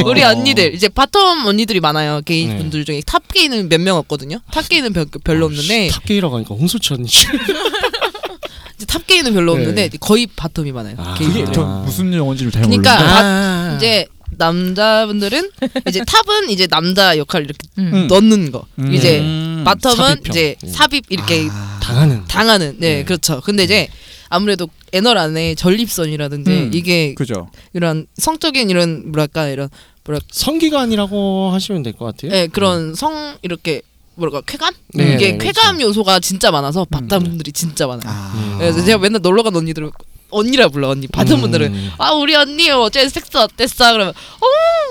S2: 우리 언니들 이제 바텀 언니들이 많아요 게이
S6: 네.
S2: 분들 중에 탑 게이는 몇 명 없거든요 탑 게이는 별,
S4: 아,
S2: 별로 없는데
S6: 어, 탑게이라고 하니까 홍수치 언니
S2: 이제 탑 게이는 별로
S6: 네.
S2: 없는데 거의 바텀이 많아요
S6: 아,
S2: 게이
S4: 그게
S2: 분들.
S6: 좀-
S4: 저 무슨 용어인지를 잘
S2: 그러니까
S6: (laughs)
S4: 모르는데.
S6: 아
S2: 이제 남자분들은 이제 탑은 이제 남자 역할 이렇게
S4: 음.
S2: 넣는 거
S4: 음.
S2: 이제
S4: 음. 아.
S2: 바텀은
S6: 삽입형.
S2: 이제
S6: 네.
S2: 삽입 이렇게
S6: 당하는
S2: 당하는 네,
S6: 네.
S2: 그렇죠 근데 이제 아무래도 애널 안에 전립선이라든지
S4: 음.
S2: 이게
S4: 그죠.
S2: 이런 성적인 이런 뭐랄까 이런
S6: 성기관이라고 하시면 될 것 같아요.
S2: 예, 그런 성 이렇게 뭐랄까 쾌감
S6: 네,
S2: 이게
S6: 네,
S2: 쾌감 요소가 진짜 많아서 바텀 분들이 진짜 많아요.
S5: 음.
S4: 아.
S2: 네, 그래서 제가 맨날 놀러 간 언니들은 언니라 불러 언니 바텀
S6: 음.
S2: 분들은 아 우리 언니 어제 섹스 어땠어 그러면 어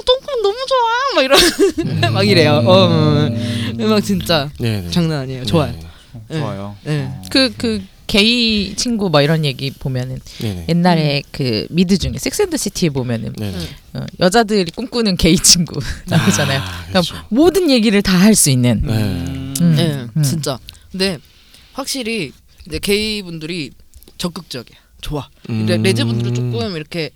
S2: 똥꿈 너무 좋아 막 이런 (laughs) 막 이래요. 어, 음. 막 진짜
S6: 네네.
S2: 장난 아니에요. 좋아요.
S6: 네네.
S2: 예.
S4: 좋아요.
S2: 예.
S5: 그 그 게이 친구 막 이런 얘기 보면은
S6: 네네.
S5: 옛날에
S2: 음.
S5: 그 미드 중에 섹스앤드시티에 보면은
S6: 네네.
S5: 어, 여자들이 꿈꾸는 게이 친구 (laughs) 나오잖아요.
S6: 아,
S5: 그러니까
S6: 그렇죠.
S5: 모든 얘기를 다 할 수 있는.
S6: 네.
S5: 음.
S2: 예,
S5: 음.
S2: 진짜. 근데 확실히 이제 게이 분들이 적극적이야. 좋아.
S6: 음.
S2: 레, 즈 분들은 조금 이렇게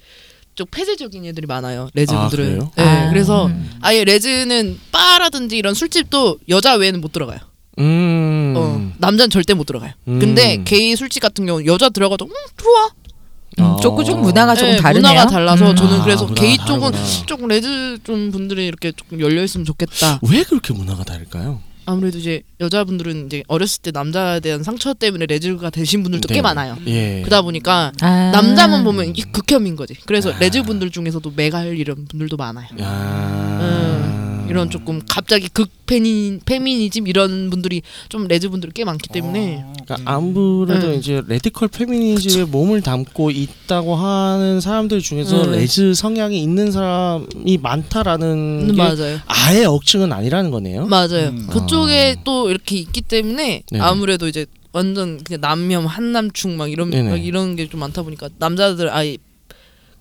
S2: 좀 폐쇄적인 애들이 많아요. 레즈
S6: 아,
S2: 분들은.
S6: 그래요?
S2: 예,
S5: 아.
S2: 그래서
S5: 음.
S2: 아예 레즈는 바라든지 이런 술집도 여자 외에는 못 들어가요.
S6: 음.
S2: 어, 남자는 절대 못 들어가요.
S6: 음.
S2: 근데 게이 술집 같은 경우는 여자 들어가도 음 들어와.
S6: 아.
S2: 음,
S5: 조금 좀 문화가 조금
S2: 예,
S5: 다르네요.
S2: 문화가 달라서
S5: 음.
S2: 저는 그래서
S6: 아, 문화가
S2: 게이 쪽은
S6: 다르구나.
S2: 조금 레즈 좀 분들이 이렇게 조금 열려 있으면 좋겠다.
S6: 왜 그렇게 문화가 다를까요?
S2: 아무래도 이제 여자분들은 이제 어렸을 때 남자에 대한 상처 때문에 레즈가 되신 분들도
S6: 네.
S2: 꽤 많아요.
S6: 예.
S2: 그러다 보니까
S5: 아.
S2: 남자만 뭐 보면 이게 극혐인 거지. 그래서
S6: 아.
S2: 레즈 분들 중에서도 메갈 이런 분들도 많아요.
S6: 야.
S2: 음, 이런 조금 갑자기 극페니 페미니즘 이런 분들이 좀 레즈 분들이 꽤 많기
S4: 어.
S2: 때문에
S6: 그러니까 아무래도
S2: 음.
S6: 이제 레디컬 페미니즘에 몸을 담고 있다고 하는 사람들 중에서
S2: 음.
S6: 레즈 성향이 있는 사람이 많다라는
S2: 음,
S6: 게
S2: 맞아요.
S6: 아예 억측은 아니라는 거네요.
S2: 맞아요.
S4: 음.
S2: 그쪽에 또 이렇게 있기 때문에
S6: 네네.
S2: 아무래도 이제 완전 그냥 남혐 한남충 막 이런
S6: 네네.
S2: 막 이런 게 좀 많다 보니까 남자들 아예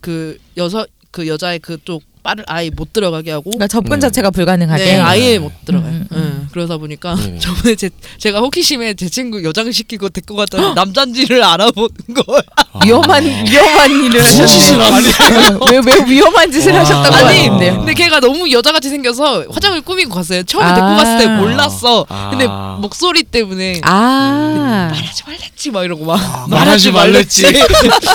S2: 그 여서 그 여자의 그쪽 바를 아예 못 들어가게 하고
S5: 그러니까
S6: 네.
S5: 접근 자체가 불가능하게.
S2: 네, 아예 못 들어가요.
S5: 음, 음,
S2: 예, 그러다 보니까 (laughs)
S6: 네네.
S2: 저번에 제, 제가 호기심에 제 친구 여장 시키고 데리고 갔다가 남잔지를 알아보는 거예요.
S5: 위험한 위험한 일을
S6: 짓을
S5: 하셨어요. 왜 왜 위험한 짓을
S6: 와.
S5: 하셨다고
S2: 아니,
S5: 하는데요?
S2: 근데 걔가 너무 여자같이 생겨서 화장을 꾸미고 갔어요. 처음에
S5: 아.
S2: 데리고 갔을 때 몰랐어.
S6: 아.
S2: 근데 목소리 때문에
S5: 아
S2: 말하지 말랬지 막 이러고 막
S6: 말하지 말랬지.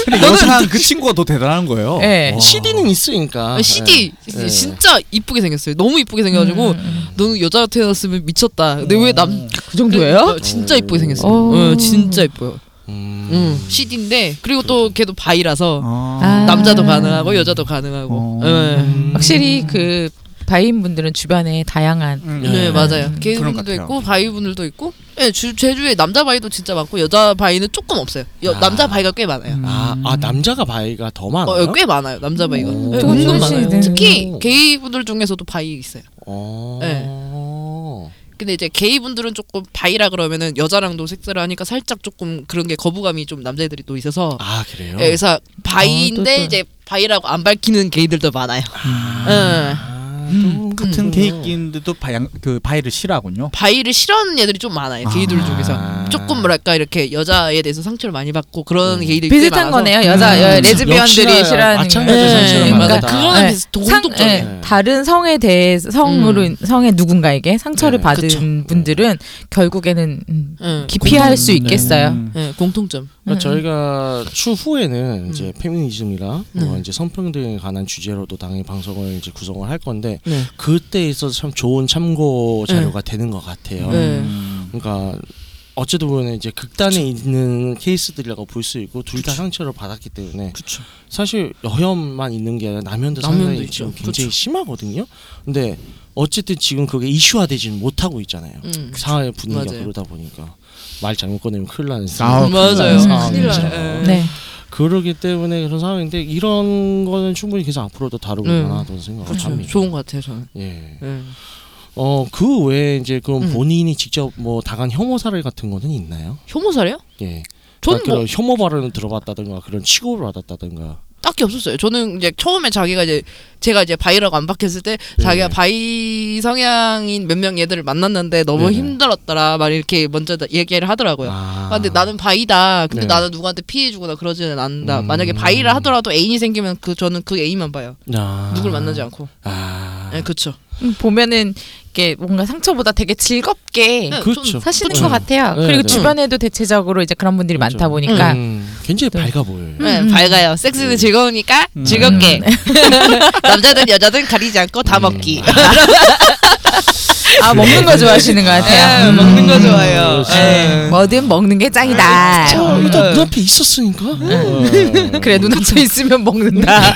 S4: 근데 여상 그 친구가 더 대단한 거예요.
S6: 어.
S5: 예.
S6: CD는 있으니까.
S2: 아, (laughs) CD
S6: 네.
S2: 진짜 이쁘게 생겼어요. 너무 이쁘게 생겨가지고 너는 여자로 태어났으면 미쳤다. 근데 왜 남?
S5: 그 정도예요?
S2: 음. 어, 진짜 이쁘게 생겼어요.
S5: 오.
S2: 어, 진짜 이뻐요.
S6: 음.
S2: 음. 어. CD인데 그리고 또 걔도 바이라서
S4: 아.
S2: 남자도 가능하고 여자도 가능하고.
S4: 어.
S2: 네.
S5: 확실히 그 바인 분들은 주변에 다양한
S4: 음.
S2: 네,
S6: 예.
S2: 맞아요. 게이
S4: 그런 것
S2: 분들도
S4: 같아요.
S2: 있고 바이 분들도 있고. 네, 주, 제주에 남자 바이도 진짜 많고 여자 바이는 조금 없어요. 여,
S6: 아.
S2: 남자 바이가 꽤 많아요.
S6: 아, 아 남자가 바이가 더
S2: 어,
S6: 많아요.
S2: 꽤 많아요. 남자 바이가.
S6: 오.
S2: 네,
S5: 조금씩
S4: 음,
S2: 은근 많아요.
S5: 되는-
S2: 특히 예. 게이 분들 중에서도 바이 있어요.
S6: 어.
S2: 근데 이제 게이 분들은 조금 바이라 그러면은 여자랑도 섹스를 하니까 살짝 조금 그런 게 거부감이 좀 남자애들이 또 있어서
S6: 아 그래요.
S2: 예, 그래서 바이인데
S5: 아, 또, 또.
S2: 이제 바이라고 안 밝히는 게이들도 많아요. 예.
S6: 아,
S4: 음,
S6: 또
S4: 같은
S6: 그렇구나.
S4: 계획인데도 바양 그 바이를 싫어하군요.
S2: 바이를 싫어하는 애들이 좀 많아요. 게이들
S4: 아.
S2: 중에서 조금 뭐랄까 이렇게 여자에 대해서 상처를 많이 받고 그런 게일이 꽤
S5: 음. 비슷한
S2: 많아서
S5: 거네요. 여자 여-
S6: 음.
S5: 레즈비언들이
S6: 역시나
S5: 싫어하는
S6: 마찬가지
S5: 거.
S6: 상처를
S5: 네.
S6: 받았다.
S2: 그러니까 그거는
S5: 네.
S2: 비슷
S5: 상,
S2: 동독적이에요.
S5: 예, 다른 성에 대해 성으로
S2: 음.
S5: 성의 누군가에게 상처를
S6: 네,
S5: 받은
S2: 그쵸.
S5: 분들은 결국에는 음,
S2: 예,
S5: 기피할
S6: 네.
S5: 수 있겠어요.
S4: 음.
S2: 예, 공통점.
S5: 음.
S6: 그러니까 저희가 추후에는 이제 페미니즘이나 뭐
S2: 음. 네.
S6: 이제 성평 등에 관한 주제로도 당연히 방송을 이제 구성을 할 건데
S2: 네.
S6: 그때에 있어서 참 좋은 참고 자료가 되는 것 같아요.
S2: 네.
S6: 그러니까 어쨌든 보면 이제 극단에 있는 케이스들이라고 볼 수 있고 둘 다 상처를 받았기 때문에
S2: 그쵸.
S6: 사실 여혐만 있는 게 아니라 남현도
S2: 남현도
S6: 상당히
S2: 있죠.
S6: 지금 굉장히
S2: 그쵸.
S6: 심하거든요. 근데 어쨌든 지금 그게 이슈화되지는 못하고 있잖아요.
S2: 음.
S6: 사회 분위기가
S2: 맞아요.
S6: 그러다 보니까 말 잘못 꺼내면 큰일 나는
S4: 아,
S2: 음, 맞아요.
S4: 큰일
S6: 나요.
S2: 큰일 나요.
S6: 음.
S2: 예.
S5: 네.
S6: 그러기 때문에 그런 상황인데 이런 거는 충분히 계속 앞으로도 다루고
S2: 음.
S6: 만하다는 생각을
S2: 그쵸.
S6: 합니다.
S2: 좋은 것 같아요, 저는.
S6: 예.
S2: 예.
S6: 어, 그 외에 이제 그럼
S2: 음.
S6: 본인이 직접 뭐 당한 혐오 사례 같은 거는 있나요?
S2: 혐오살이요?
S6: 예.
S2: 저는
S6: 그러니까
S2: 뭐
S6: 그런 혐오 발언을 들어봤다든가 그런 취급을 받았다든가.
S2: 딱히 없었어요. 저는 이제 처음에 자기가 이제 제가 이제 바이라고 안 박혔을 때 자기가
S6: 네.
S2: 바이 성향인 몇 명 얘들을 만났는데 너무
S6: 네네.
S2: 힘들었더라 막 이렇게 먼저 다- 얘기를 하더라고요.
S6: 아.
S2: 아, 근데 나는 바이다. 근데
S6: 네.
S2: 나는 누구한테 피해 주거나 그러지는 않는다.
S6: 음.
S2: 만약에 바이라 하더라도 애인이 생기면 그 저는 그 애인만 봐요.
S6: 아.
S2: 누굴 만나지 않고.
S6: 아.
S2: 예, 그렇죠.
S5: 음, 보면은 이게 뭔가 상처보다 되게 즐겁게
S2: 네,
S6: 그렇죠.
S2: 좀
S5: 사시는
S6: 그쵸.
S5: 것 같아요.
S6: 네,
S5: 그리고
S6: 네.
S5: 주변에도 대체적으로 이제 그런 분들이
S6: 그렇죠.
S5: 많다 보니까
S2: 그러니까.
S6: 음, 굉장히
S5: 또-
S6: 밝아 보여요.
S2: 예,
S5: 음.
S2: 밝아요. 섹스는 즐거우니까
S4: 음.
S2: 즐겁게 남자든 여자든 가리지 않고 다
S6: 음.
S2: 먹기. (laughs)
S5: 아 먹는 거 좋아하시는 것 같아요.
S2: 예,
S5: 음.
S2: 먹는 거 좋아해요.
S6: 그렇지.
S2: 예.
S5: 뭐든 먹는 게 짱이다.
S2: 아.
S6: 어,
S5: 음.
S6: 일단 눈앞에 있었으니까.
S2: 네.
S6: 어.
S5: 그래
S6: (laughs)
S5: 눈앞에 있으면 먹는다.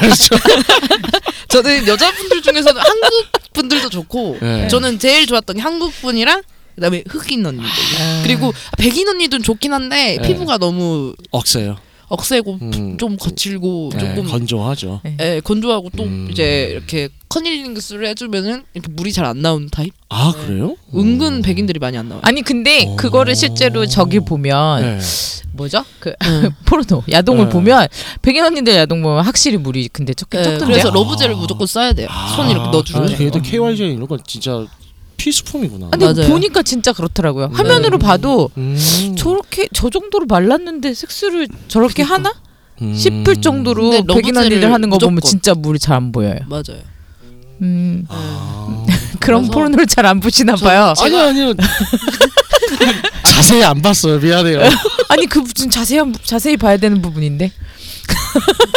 S2: 저는 여자분들 중에서는 한국 분들도 좋고
S6: 네.
S2: 저는 제일 좋았던 게 한국 분이랑 그다음에 흑인 언니들 그리고 백인 언니들은 좋긴 한데
S6: 아. 네.
S2: 피부가 너무
S6: 억세요.
S2: 억세고
S6: 음.
S2: 좀 거칠고
S6: 네,
S2: 조금
S6: 건조하죠.
S2: 예, 건조하고 또
S6: 음.
S2: 이제 이렇게 커닐링스를 해주면은 이렇게 물이 잘 안 나오는 타입
S6: 아 그래요?
S2: 네.
S6: 음.
S2: 은근 백인들이 많이 안 나와요
S5: 아니 근데
S6: 오.
S5: 그거를 실제로 저기 보면
S6: 어. 네. 음.
S5: 뭐죠? 그 (laughs) 포르노 야동을
S6: 네.
S5: 보면 백인 언니들 야동 보면 확실히 물이 근데 조금
S2: 예,
S5: 적던데.
S2: 그래서
S6: 아.
S2: 러브젤을 무조건 써야 돼요 손 이렇게 넣어주는
S6: 그래도
S2: 거
S6: 걔도 KYJ 이런 건 진짜 필수품이구나.
S5: 근데
S2: 맞아요.
S5: 보니까 진짜 그렇더라고요. 화면으로
S6: 네.
S5: 봐도
S6: 음.
S5: 저렇게 저 정도로 말랐는데 섹스를 저렇게 하나
S6: 음.
S5: 싶을 정도로
S2: 근데
S5: 백인
S2: 러브젤을
S5: 언니들 하는 거 보면
S2: 무조건.
S5: 진짜 물이 잘 안 보여요.
S2: 맞아요 예.
S5: 음,
S6: 아.
S5: 그런
S2: 그래서-
S5: 포르노를 잘 안
S2: (laughs)
S5: 보시나 봐요.
S6: 아니요 아니요. (laughs) 자세히 안 봤어요. 미안해요.
S2: 네,
S5: 아니 그 무슨 자세한 자세히 봐야 되는 부분인데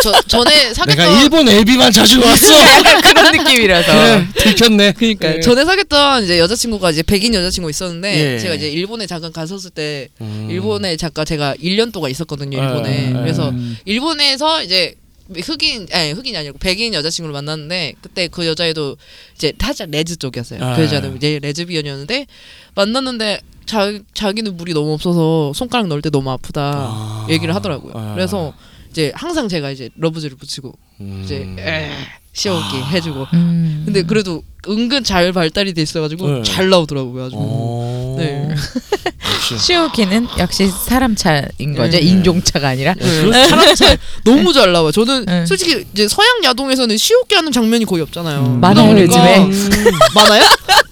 S2: 저 전에
S6: (laughs) 내가
S2: 사귀었던
S6: 일본 앱이만 자주 왔어.
S5: 약간 그런 느낌이라서
S6: 그래 들켰네.
S2: 네, 그러니까
S6: 예.
S2: 전에 사귀었던 이제 여자친구가 이제 백인 여자친구 있었는데
S6: 예.
S2: 제가 이제 일본에 잠깐 갔었을 때
S6: 음.
S2: 일본에 잠깐 제가 1년 동안 있었거든요 일본에
S6: 예, 예.
S2: 그래서
S4: 음.
S2: 일본에서 이제 흑인 아니 흑인이 아니고 백인 여자친구를 만났는데 그때 그 여자애도 이제 살짝 레즈 쪽이었어요
S6: 아.
S2: 그 여자는 이제 레즈비언이었는데 만났는데 자, 자기는 물이 너무 없어서 손가락 넣을 때 너무 아프다
S6: 아.
S2: 얘기를 하더라고요
S6: 아.
S2: 그래서 이제 항상 제가 이제 러브즈를 붙이고
S6: 음. 아.
S2: 이제 에 씌워오기 해주고
S5: 음.
S2: 근데 그래도 은근 잘 발달이 돼 있어가지고
S6: 네.
S2: 잘 나오더라고요 아주
S6: 어.
S2: 네.
S6: 역시.
S5: 시오키는 역시 사람 차인 거죠
S2: 네.
S5: 인종차가 아니라
S6: 예,
S2: (laughs)
S6: 그렇-
S2: 사람 잘 너무 잘 나와. 요 저는
S5: 네.
S2: 솔직히 이제 서양 야동에서는 쉬우게 하는 장면이 거의 없잖아요.
S4: 음.
S2: 그러다
S5: 많아요,
S2: 보니까-
S5: 요즘에.
S2: 많아요?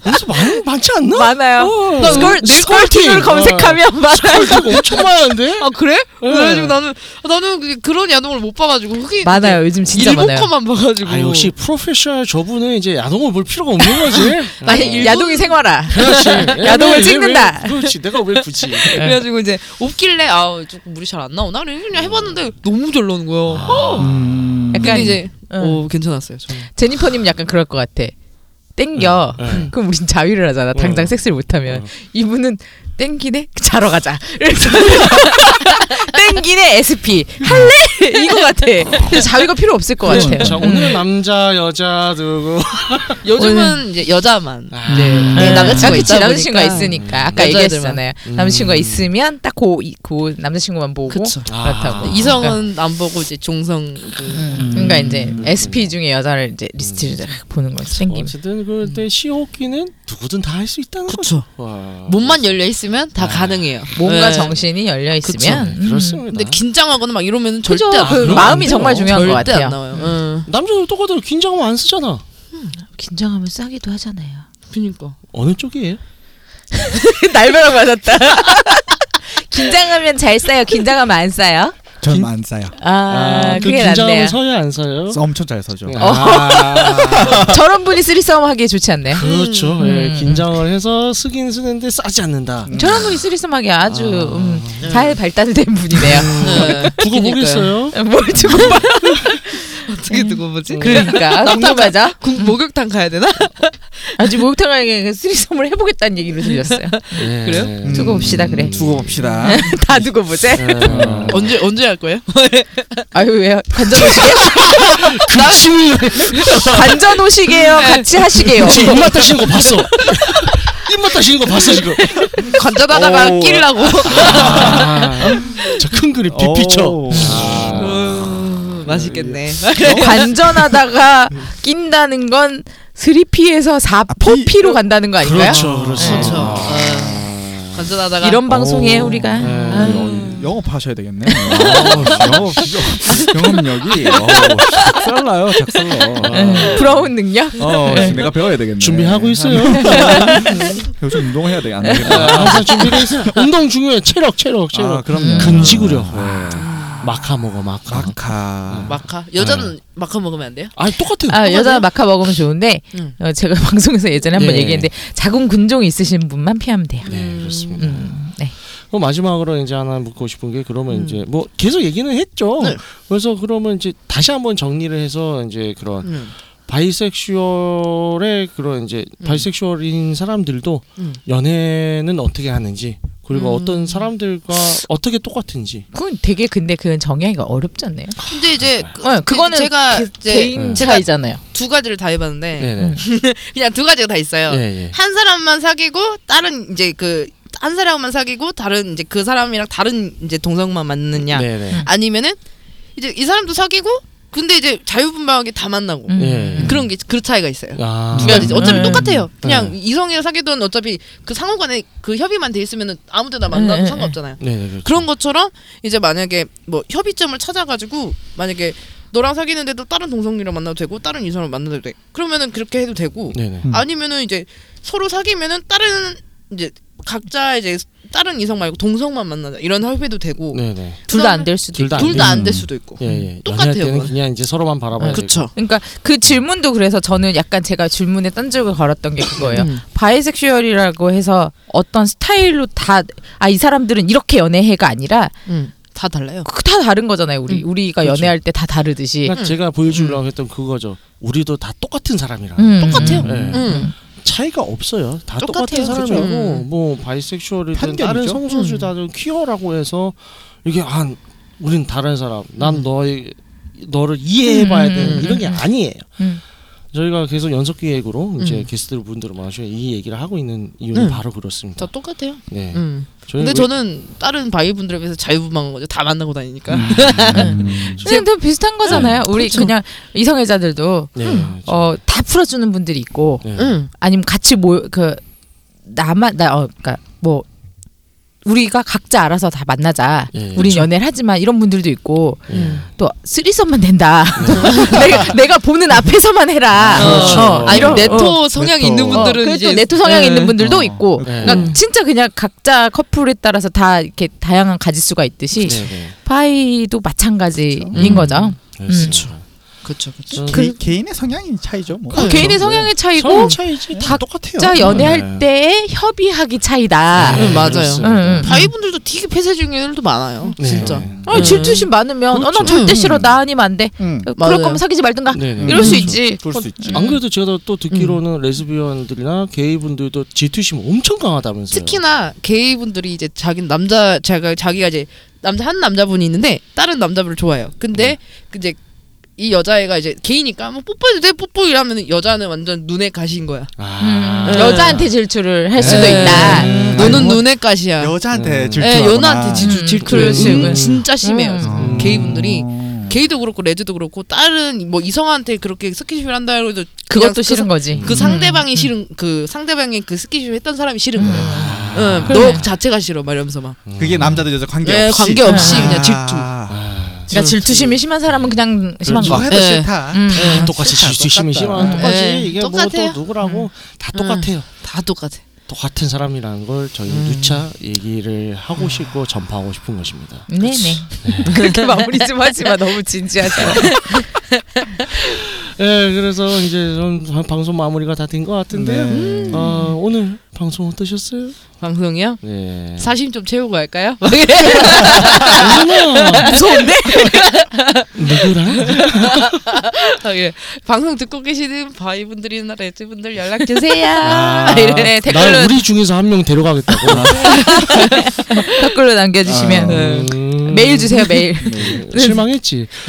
S6: 무슨 음. 많 많지 않나?
S5: (laughs) 많아요
S6: 어.
S5: 스컬 스컬팅을 검색하면 많아요
S6: 스컬팅 엄청 많은데?
S2: 아 그래?
S6: 네.
S2: 그래가지고 나는 나는 그- 그런 야동을 못 봐가지고 흑인
S5: 많아요 요즘 진짜
S2: 일본
S5: 많아요
S2: 거만 봐가지고.
S6: 아 역시 프로페셔널 저분은 이제 야동을 볼 필요가 없는 거지.
S5: 아니,
S2: 일본-
S5: 네. 야동이 생활화
S6: 그렇지.
S5: 야동을 찍는다.
S6: 왜, 그렇지. 내가 왜 굳이?
S2: 그래가지고 이제 웃길래 아 조금 물이 잘 안 나오나 그래 그냥 해봤는데 너무 잘 나오는 거야.
S6: 아.
S2: 어.
S4: 음.
S5: 약간-
S2: 근데 이제
S5: 응.
S2: 어 괜찮았어요. 저는.
S5: 제니퍼님 약간 그럴 것 같아 땡겨
S6: 네.
S5: 그럼 우린 자위를 하잖아 당장
S6: 어.
S5: 섹스를 못하면
S6: 어.
S5: 이분은 땡기네 자러 가자 (laughs) 이래서 땡기네 SP 할래 (laughs) 이거 같아 그래서 자위가 필요 없을 것 같아요
S6: 자 오늘 남자 여자 누구?
S2: 요즘은 이제 여자만
S6: 아.
S2: 이제
S5: 네,
S2: 음. 남자친구가
S5: 그치,
S2: 있다
S5: 남자친구가
S2: 보니까.
S5: 있으니까 아까
S2: 여자애들만.
S5: 얘기했잖아요.
S6: 음.
S5: 남자친구가 있으면 딱그 그 남자친구만 보고
S2: 그쵸.
S5: 그렇다고.
S6: 아.
S2: 이성은 안 보고 이제 종성 그
S5: 그러니까 이제
S2: 음.
S5: SP 중에 여자를 이제 리스트를 딱 보는 거지 생김.
S6: 어쨌든 그때 시호기는 누구든 다 할 수 있다는 거.
S2: 그쵸. 뭐,
S6: 와.
S2: 몸만 열려 있으면 다
S6: 아.
S2: 가능해요.
S5: 몸과
S2: 네.
S5: 정신이 열려
S6: 네,
S5: 있으면 음.
S6: 그렇습니다.
S2: 근데 긴장하거나 막 이러면 절대
S5: 그죠.
S2: 안 어,
S5: 그
S6: 그럼 안
S5: 마음이
S6: 돼요.
S5: 정말 중요한 것
S2: 절대
S5: 같아요. 음.
S2: 안 나와요. 응.
S6: 남자도 똑같아요. 긴장하면 안 쓰잖아.
S5: 긴장하면 싸기도 (laughs) 하잖아요.
S2: 그니까
S6: 어느 쪽이에요?
S5: 날벼락 맞았다. (laughs) 긴장하면 잘 싸요. 긴장하면 안 싸요.
S4: 전안 싸요.
S5: 아,
S6: 아, 그
S5: 그게
S6: 긴장하면
S5: 낫네요.
S6: 서요 안 서요?
S4: 엄청 잘 서죠.
S6: 아,
S5: 저런 분이 쓰리싸움 하기에 좋지 않나요?
S6: 그렇죠. 예,
S5: 음.
S6: 긴장을 해서 쓰긴 쓰는데 싸지 않는다.
S5: 저런 분이 쓰리싸움 하기 아주
S6: 아.
S5: 음, 잘 발달된 분이네요.
S6: (laughs)
S2: 네.
S6: 두고
S2: 그러니까요.
S6: 보겠어요.
S5: 아, 뭘 두고 (laughs) 봐.
S2: 어떻게 두고 보지?
S5: (laughs) 그러니까 아, 궁금하죠.
S2: 국- 목욕탕 가야 되나?
S6: 음.
S5: 아주 목욕탕 가게 쓰리싸움을 해보겠다는 얘기로 들렸어요.
S6: 예.
S2: 그래요?
S6: 음.
S5: 두고 봅시다 그래.
S4: 두고 봅시다.
S5: (laughs) 다 두고 보자.
S6: 예.
S4: 어,
S2: 언제 언제 할 거예요?
S5: 네. 아유 왜요? 관전 (laughs) 오시게요?
S4: 어.
S5: 관전 오시게요? 같이 하시게요. (laughs)
S6: 지금 입맛 다시는 거 봤어. 입맛 다시는 거 봤어 지금.
S2: 관전하다가
S4: 오.
S5: (laughs)
S2: 끼려고.
S5: 네.
S6: 저 큰 그림 빅피처.
S4: 아. 오.
S6: 아.
S4: 아.
S2: 음, 맛있겠네.
S5: 관전하다가 낀다는 건 3P에서 4포P로 간다는 거 아닌가요?
S6: 아,
S4: 네.
S6: 그렇죠, 그렇죠.
S2: (laughs) 그렇죠. 아, 관전하다가
S5: 이런 방송에
S4: 오.
S5: 우리가
S6: 네.
S5: 아유.
S4: 어, 영업하셔야 되겠네. 어, 영업, 영업력이 어, 작살나요, 작살나.
S5: 부러운 능력?
S4: 어, 내가 배워야 (laughs) 되겠네.
S6: 준비하고 있어요.
S4: 요즘 운동해야 돼. 안 되겠다.
S6: 항상 준비가 있어요. 운동 중요해. 체력, 체력,
S4: 아,
S6: 체력.
S4: 그럼요. 아,
S6: 근지구력. 마카 먹어, 마카.
S4: 아카.
S2: 마카 여자는
S6: 네.
S2: 마카 먹으면 안 돼요?
S6: 아, 똑같아요.
S5: 아,
S6: 똑같아요.
S5: 여자 마카 먹으면 좋은데
S2: 음.
S5: 어, 제가 (laughs) 방송에서 예전에 한번
S6: 예.
S5: 얘기했는데 자궁 근종 있으신 분만 피하면 돼요.
S6: 네, 그렇습니다.
S5: 음, 네.
S6: 그럼 마지막으로 이제 하나 묻고 싶은 게 그러면
S4: 음.
S6: 이제 뭐 계속 얘기는 했죠.
S2: 네.
S6: 그래서 그러면 이제 다시 한번 정리를 해서 이제 그런
S2: 음.
S6: 바이섹슈얼의 그런 이제 바이섹슈얼인 사람들도
S2: 음.
S6: 연애는 어떻게 하는지 그리고
S2: 음.
S6: 어떤 사람들과 어떻게 똑같은지
S5: 그건 되게 근데 그건 정의하기가 어렵지 않나요?
S2: 근데 이제 그,
S6: 아,
S5: 어, 그거는
S2: 제가
S5: 개-
S2: 이제
S6: 네.
S5: 개인
S2: 제가-
S5: 차이잖아요.
S2: 두 가지를 다 해봤는데
S6: 네네 네.
S2: 그냥 두 가지가 다 음. 있어요.
S6: 예예
S2: 한 사람만 사귀고 다른 이제 그 한 사람만 사귀고 다른 이제 그 사람이랑 다른 이제 동성만 만느냐
S6: 네네
S2: 아니면은 이제 이 사람도 사귀고 근데 이제 자유분방하게 다 만나고
S5: 음.
S6: 예
S2: 그런 게 그 차이가 있어요.
S6: 아.
S2: 두 가지 어차피
S5: 음.
S2: 똑같아요. 그냥 이성이랑 사귀든 어차피 그 상호간에 그 협의만 돼 있으면은 아무데나 만나도
S5: 음.
S2: 상관없잖아요.
S6: 네네 그렇죠.
S2: 그런 것처럼 이제 만약에 뭐 협의점을 찾아가지고 만약에 너랑 사귀는데도 다른 동성이랑 만나도 되고 다른 이성을 만나도 돼. 그러면은 그렇게 해도 되고
S6: 네네
S4: 음.
S2: 아니면은 이제 서로 사귀면은 다른 이제 각자 이제 다른 이성 말고 동성만 만나자 이런 협의도 되고
S6: 네네
S5: 둘 다 안 될 수도
S6: 둘
S5: 있고.
S6: 다
S2: 둘 다 안 될
S4: 음.
S2: 수도 있고
S6: 예예
S2: 똑같아요,
S6: 때는
S2: 그건.
S6: 그냥 이제 서로만 바라봐야 되고
S2: 그쵸
S5: 그러니까 그 질문도 그래서 저는 약간 제가 질문에 딴적을 걸었던 게 그거예요.
S2: 음.
S5: 바이섹슈얼이라고 해서 어떤 스타일로 다 아 이 사람들은 이렇게 연애해가 아니라
S2: 음. 다 달라요
S5: 그다 다른 거잖아요. 우리
S2: 음.
S5: 우리가
S6: 그렇죠.
S5: 연애할 때 다
S2: 네.
S5: 다르듯이.
S6: 그러니까 제가 보여주려고 했던 그거죠 우리도 다 똑같은 사람이라
S5: 음,
S2: 똑같아요
S5: 음,
S6: 예.
S2: 음.
S6: 차이가 없어요. 다 똑같은
S2: 똑같아요.
S6: 사람이고
S2: 그죠. 음.
S6: 뭐 바이섹슈얼이든
S4: 편견이죠.
S6: 다른 성소수자든 퀴어라고 해서 이게 한 우린 다른 사람. 난
S2: 음.
S6: 너의 너를 이해해봐야
S5: 음.
S6: 되는 이런 게 아니에요.
S5: 음.
S6: 저희가 계속 연속 기획으로 이제
S2: 음.
S6: 게스트 분들을 모셔 이 얘기를 하고 있는 이유는
S2: 음.
S6: 바로 그렇습니다.
S2: 다 똑같아요
S6: 네.
S2: 음.
S6: 저희
S2: 근데
S6: 우리-
S2: 저는 다른 바이 분들에 비해서 자유분방한 거죠 다 만나고
S4: 아.
S2: 다니니까
S4: 음.
S5: 지금 도 네, 비슷한 거잖아요. 우리
S2: 그렇죠.
S5: 그냥 이성애자들도
S6: 네. 저-
S5: 어 다 풀어주는 분들이 있고
S6: 네.
S2: 음.
S5: 아니면 같이 모그 나만 나어 그러니까 뭐 우리가 각자 알아서 다 만나자.
S6: 예, 예.
S5: 우린 연애를 하지만 이런 분들도 있고
S6: 예.
S2: 음.
S5: 또 쓰리썸만 된다. (laughs) 내가, 내가 보는 앞에서만 해라.
S6: 그렇죠.
S5: 어,
S2: 아 이런
S6: 어,
S2: 네토 성향이
S4: 네토.
S2: 있는
S5: 어,
S2: 분들은
S5: 그게 또
S2: 이제
S5: 네트 성향이
S2: 예. 음.
S5: 있는 분들도
S4: 어.
S5: 있고.
S6: 네.
S5: 그러니까 진짜 그냥 각자 커플에 따라서 다 이렇게 다양한 가지수가 있듯이
S6: 네, 네.
S5: 파이도
S2: 그렇죠.
S5: 마찬가지인
S2: 음.
S5: 거죠.
S6: 그렇습니다.
S2: 그쵸 그쵸
S6: 저는
S4: 개, 개인의 성향이 차이죠. 뭐.
S2: 네. 그
S4: 음.
S5: 어, 개인의
S6: 성향
S5: 성향의 차이고
S6: 차이지 다
S5: 다
S6: 똑같아요.
S5: 각자
S6: 네.
S5: 연애할 때의 협의하기 차이다.
S2: 네. 음, 맞아요.
S6: 그렇습니다.
S5: 음, 음.
S2: 바이 분들도 되게 폐쇄 중인 애들도 많아요
S6: 네.
S2: 진짜
S5: 어, 질투심 많으면 어, 난 절대 싫어 나 아니면 안 돼.
S4: 음.
S5: 어, 그럴
S2: 맞아요.
S5: 거면 사귀지 말든가.
S6: 네, 네.
S5: 이럴 수
S6: 그렇죠.
S5: 있지.
S4: 그럴 수
S2: 음.
S4: 있지.
S6: 안 그래도 제가 또 듣기로는 레즈비언들이나 게이분들도 질투심 엄청 강하다면서요.
S2: 특히나 게이 분들이 이제 자기 남자 자가 자기가 이제 남자 한 남자분이 있는데 다른 남자분을 좋아해요. 근데 그 이제 이 여자애가 이제 게이니까 뭐 뽀뽀해도 돼 뽀뽀 이러면 여자는 완전 눈에 가시인 거야.
S6: 아.
S5: 음, 여자한테 질투를 할 수도
S2: 네.
S5: 있다.
S6: 음.
S4: 아니,
S2: 너는
S4: 뭐
S2: 눈에 가시야.
S4: 여자한테
S6: 음.
S2: 예,
S4: 질투하거나.
S2: 연하한테
S5: 음,
S2: 질, 질투를
S5: 그럴 수 있고요.
S2: 음, 진짜 심해요.
S5: 음.
S2: 게이분들이
S4: 음.
S2: 게이도 그렇고 레즈도 그렇고 다른 뭐 이성한테 그렇게 스킨십을 한다 해도 그냥
S5: 그것도
S2: 그
S5: 싫은
S2: 사-
S5: 거지.
S2: 그
S5: 음. 음.
S2: 상대방이 싫은 그 상대방이 그 스킨십 했던 사람이 싫은 거예요.
S6: 아.
S2: 응,
S5: 그러네.
S2: 너 자체가 싫어 막 이러면서 막
S4: 그게 남자들 여자 관계
S2: 예,
S4: 없이.
S2: 관계 없이 그냥
S4: 아.
S2: 질투.
S6: 아.
S5: 그러니까 질투심이 심한 사람은 그냥 심한
S6: 그렇죠.
S5: 거.
S4: 누가 해도
S2: 예.
S4: 싫다.
S5: 음.
S6: 아, 똑같이 질투심이
S4: 똑같다.
S6: 심한 똑같이
S2: 네.
S6: 이게
S2: 똑같아요. 음.
S6: 뭐또 누구라고 다 똑같아요.
S2: 다 똑같아.
S6: 똑같은 사람이라는 걸 저희는 누차 얘기를 하고 싶고 전파하고 싶은 것입니다.
S5: 네네. (laughs) 그렇게 마무리 좀 하지 마. 너무 진지하잖아.
S6: 예, 그래서 이제 좀 방- 방송 마무리가 다 된 것 같은데 요
S4: 네.
S6: 어, 오늘 방송 어떠셨어요?
S5: (laughs)
S2: 방송이요?
S6: 네.
S2: 사심 좀 채우고 할까요? (laughs)
S6: 누구나
S2: 무서운데?
S6: 누구랑
S2: 아, 예. 방송 듣고 계시는 바이분들이나 레즈분들 연락 주세요.
S6: (laughs) 아,
S2: 네,
S6: 날
S2: 댓글로
S6: 우리 중에서 한 명 데려가겠다고. (laughs)
S5: 댓글로 남겨주시면
S4: 아,
S6: 음, 네,
S5: 메일 주세요. 메일.
S6: 실망했지.
S5: (laughs)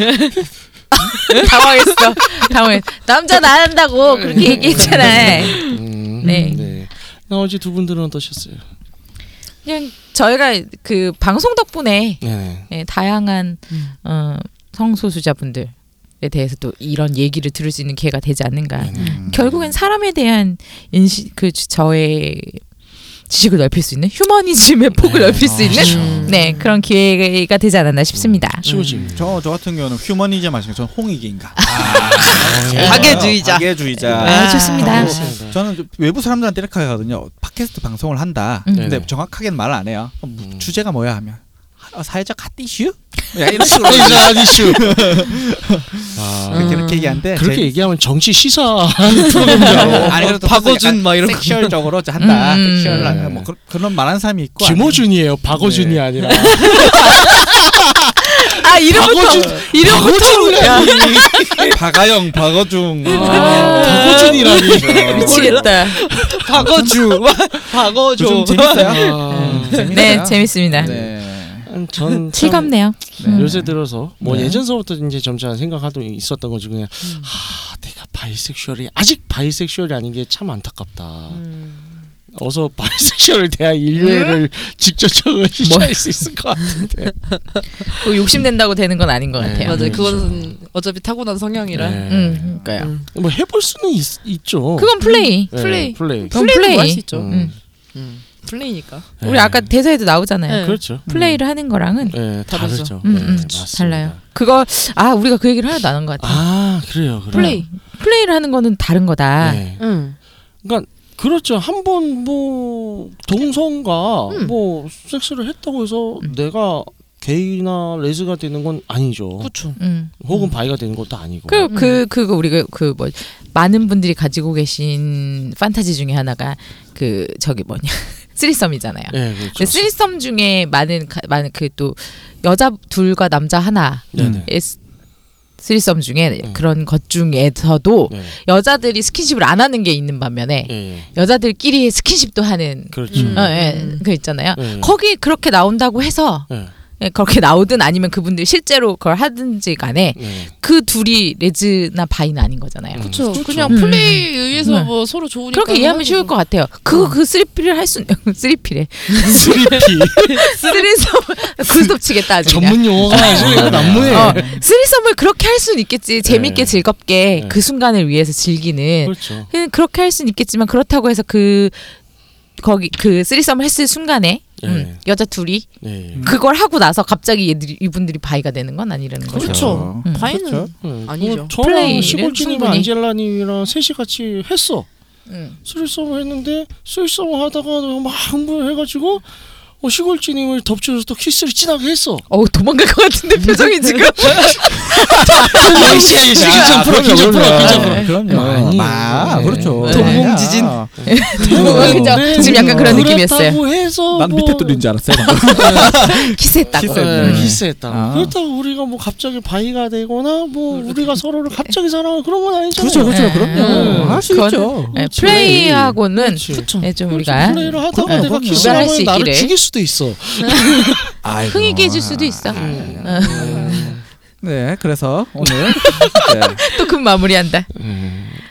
S5: 당황했어. 음. 당황했. 남자 나한다고 그렇게 얘기했잖아요.
S6: 음,
S5: 네.
S6: 나머지 두 분들은 어떠셨어요?
S5: 그냥 저희가 그 방송 덕분에
S6: 네네.
S5: 예, 다양한 어, 성소수자분들에 대해서 또 이런 얘기를 들을 수 있는 기회가 되지 않는가.
S4: 음.
S5: 결국엔 사람에 대한 인식, 그 지- 저의 지식을 넓힐 수 있는 휴머니즘의 폭을 넓힐 수 있는
S2: 그렇죠.
S5: 네 그런 기회가 되지 않았나 싶습니다.
S6: 치우지.
S4: 저, 저 같은 경우는 휴머니즘 아시죠? 저는 홍익인가. 아,
S6: 아,
S2: 가계주의자.
S4: 가계주의자. 네.
S5: 아, 좋습니다.
S6: 그렇습니다.
S4: 저는 좀 외부 사람들한테 이렇게 하거든요. 팟캐스트 방송을 한다.
S5: 음.
S4: 근데
S6: 네네.
S4: 정확하게는 말을 안 해요. 그럼 뭐
S6: 음.
S4: 주제가 뭐야 하면 아, 사회적 핫 이슈? 야, 이런 식으로
S6: 네. 이상한 이슈. 아,
S4: 그렇게 이렇게 얘기하는데
S6: 그렇게
S4: 제-
S6: 얘기하면 정치 시사.
S4: (laughs) 아니, 그래도
S2: 박어준 막 이런 거.
S4: 섹슈얼적으로 좀 한다.
S5: 음.
S4: 섹슈얼한 뭐 그런, 그런 말하는 사람이 있고
S6: 김호준이에요. 박어준이
S4: 네.
S6: 아니라.
S5: 아 이름부터 이름부터
S4: 아니, (laughs) 박아영, 박어중, 아. 음.
S6: 박어준이라니.
S5: 아, 미치겠다.
S2: 박어주. 박어조.
S4: 요즘 재밌어요. 음,
S6: 아,
S4: 재밌어요.
S5: 네 재밌습니다.
S4: 네.
S6: 전 참
S5: 즐겁네요.
S4: 네.
S6: 요새 들어서 뭐
S4: 네.
S6: 예전서부터 이제 점차 생각하던 있었던 거지 그냥
S5: 음.
S6: 하 내가 바이섹슈얼이 아직 바이섹슈얼이 아닌 게 참 안타깝다.
S5: 음.
S6: 어서 바이섹슈얼에 대한 인류애를
S5: 예?
S6: 직접적으로 시작할 수 있을 것 같은데.
S5: 뭐 욕심낸다고 되는 건 아닌 것
S6: 네.
S5: 같아요.
S2: 맞아요.
S4: 음.
S6: 네,
S2: 그건
S4: 그렇죠.
S2: 어차피 타고난 성향이라.
S6: 네.
S5: 음, 그러니까요.
S2: 음.
S6: 뭐 해볼 수는 있, 있죠.
S5: 그건 플레이.
S6: 네,
S2: 플레이.
S6: 플레이.
S5: 그건
S2: 플레이.
S5: 플레이.
S2: 할수 있죠.
S6: 음.
S5: 음.
S2: 음. 플레이니까.
S6: 네.
S5: 우리 아까 대사에도 나오잖아요.
S2: 네.
S6: 그렇죠.
S5: 플레이를 하는 거랑은
S6: 네,
S2: 다르죠.
S6: 다르죠.
S5: 음,
S6: 네,
S5: 음,
S6: 맞습니다.
S5: 달라요. 그거 아 우리가 그 얘기를 하나도 안 한 것 같아.
S6: 아 그래요. 그래요.
S2: 플레이.
S5: 음. 플레이를 아. 하는 거는 다른 거다.
S6: 네.
S2: 응.
S6: 그러니까 그렇죠. 한 번 뭐 동성과
S5: 음.
S6: 뭐 섹스를 했다고 해서 내가 게이나 레즈가 되는 건 아니죠.
S4: 어.
S2: 그쵸.
S5: 음.
S6: 혹은 바이가 되는 것도 아니고.
S5: 그,
S2: 음.
S5: 그, 그거 우리가 그 뭐, 많은 분들이 가지고 계신 판타지 중에 하나가 그, 저기 뭐냐. (laughs) 쓰리썸이잖아요.
S6: 네,
S5: 근데
S6: 그렇죠.
S5: 쓰리썸 중에 많은, 가- 많은 그 또, 여자 둘과 남자 하나.
S6: 네네.
S5: 의 쓰- 쓰리썸 중에
S6: 음.
S5: 그런 것 중에서도
S6: 네.
S5: 여자들이 스킨십을 안 하는 게 있는 반면에
S6: 예, 예.
S5: 여자들끼리 스킨십도 하는
S6: 그렇죠.
S2: 음.
S5: 어, 예,
S2: 음.
S5: 그 있잖아요.
S6: 네.
S5: 거기 그렇게 나온다고 해서
S6: 예,
S5: 예, 그렇게 나오든 아니면 그분들이 실제로 그걸 하든지 간에
S6: 네.
S5: 그 둘이 레즈나 바이는 아닌 거잖아요.
S6: 음.
S2: 그쵸.
S6: 그쵸.
S2: 그냥
S5: 음.
S2: 플레이에 의해서
S5: 네.
S2: 뭐 서로 좋으니까.
S5: 그렇게 이해하면
S2: 하는 뭐.
S5: 쉬울
S2: 거죠.
S5: 것 같아요. 그거 그 쓰리피를 할 수, (laughs) 쓰리피래.
S4: 음.
S6: 쓰리피
S5: 쓰리섬, (laughs) 구스톱 치겠다, 아주 그냥.
S6: 전문 용어가 아주 난무해.
S5: 어, 쓰리섬을 그렇게 할 수는 있겠지.
S6: 네.
S5: 재밌게 즐겁게
S6: 네.
S5: 그 순간을 위해서 즐기는.
S6: 그렇죠.
S5: 그냥 그렇게 할 수는 있겠지만 그렇다고 해서 그, 거기 그 쓰리섬을 했을 순간에 음,
S6: 네.
S5: 여자 둘이
S6: 예, 예.
S5: 그걸 하고 나서 갑자기 얘들이, 이분들이 바이가 되는 건 아니라는 거죠.
S2: 그쵸.
S5: 음.
S2: 바이는.
S4: 그쵸.
S6: 음,
S2: 아니죠.
S6: 뭐 저랑
S5: 플레이는
S6: 시골지님이랑
S5: 충분히.
S6: 안젤라님이랑 셋이 같이 했어.
S5: 음.
S6: 술썸을 했는데 술썸을 하다가 막 흥분해가지고 어, 시골지님을 덮쳐서 또 키스를 진하게 했어.
S5: 어우, 도망갈 것 같은데 표정이 지금.
S6: 아이씨, 아이씨, 긴장 풀어, 긴장 풀어, 긴장 풀어.
S4: 그럼요.
S6: 많이.
S4: 마,
S6: 네.
S4: 그렇죠.
S2: 네. 동공지진.
S4: 아니야. (laughs)
S5: 그죠? 지금 약간 그런 느낌이었어요.
S6: 그렇다고 해서
S4: 난 밑에
S6: 뭐-
S4: 뚫린 줄 알았어요.
S5: 키스했다고.
S4: 키스.
S6: 네,
S4: 음.
S6: 키스했다.
S4: 아.
S6: 그렇다고 우리가 뭐 갑자기 바이가 되거나 뭐
S5: 음.
S6: 우리가 서로를 갑자기 사랑하고 그런 건 아니잖아요.
S4: 그렇죠, 그렇죠,
S6: 네.
S4: 그럼요. 할 수
S5: 음. 그건-
S4: 있죠.
S5: 네,
S6: 그렇지.
S5: 플레이하고는
S6: 그렇지.
S5: 네,
S6: 그렇죠.
S5: 좀
S6: 그렇지.
S5: 우리가
S6: 플레이를 하다가
S4: 그럼요,
S6: 내가
S4: 그럼요.
S6: 키스하면
S5: 구별할 수
S6: 나를
S5: 있기를. 음.
S6: 죽일 수도 있어.
S4: (laughs) 아이고.
S5: 흥이게 해줄 수도 있어. (laughs)
S6: 음.
S4: 네, 그래서 (laughs) 오늘 네.
S5: 또 그 마무리한다.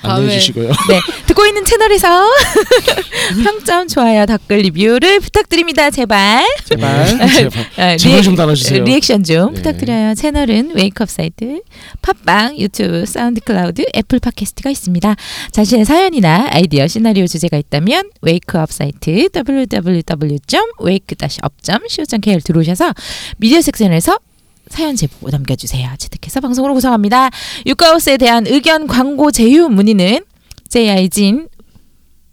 S6: 안내해
S2: 다음에-
S6: 주시고요.
S5: 네, 듣고 있는 채널에서 (laughs) 평점, 좋아요, 댓글 리뷰를 부탁드립니다. (laughs) 제발.
S6: 제발, (laughs) 제발, 제발
S5: 어, 리액-
S6: 좀 달아주세요.
S5: 리액션 좀
S6: 네.
S5: 부탁드려요. 채널은 웨이크업 사이트, 팟빵, 유튜브, 사운드 클라우드, 애플 팟캐스트가 있습니다. 자신의 사연이나 아이디어, 시나리오 주제가 있다면 웨이크업 사이트 www.wake-up.co.kr 들어오셔서 미디어 섹션에서 사연 제보 남겨주세요. 채택해서 방송으로 구성합니다. 유카우스에 대한 의견, 광고, 제휴 문의는 jigin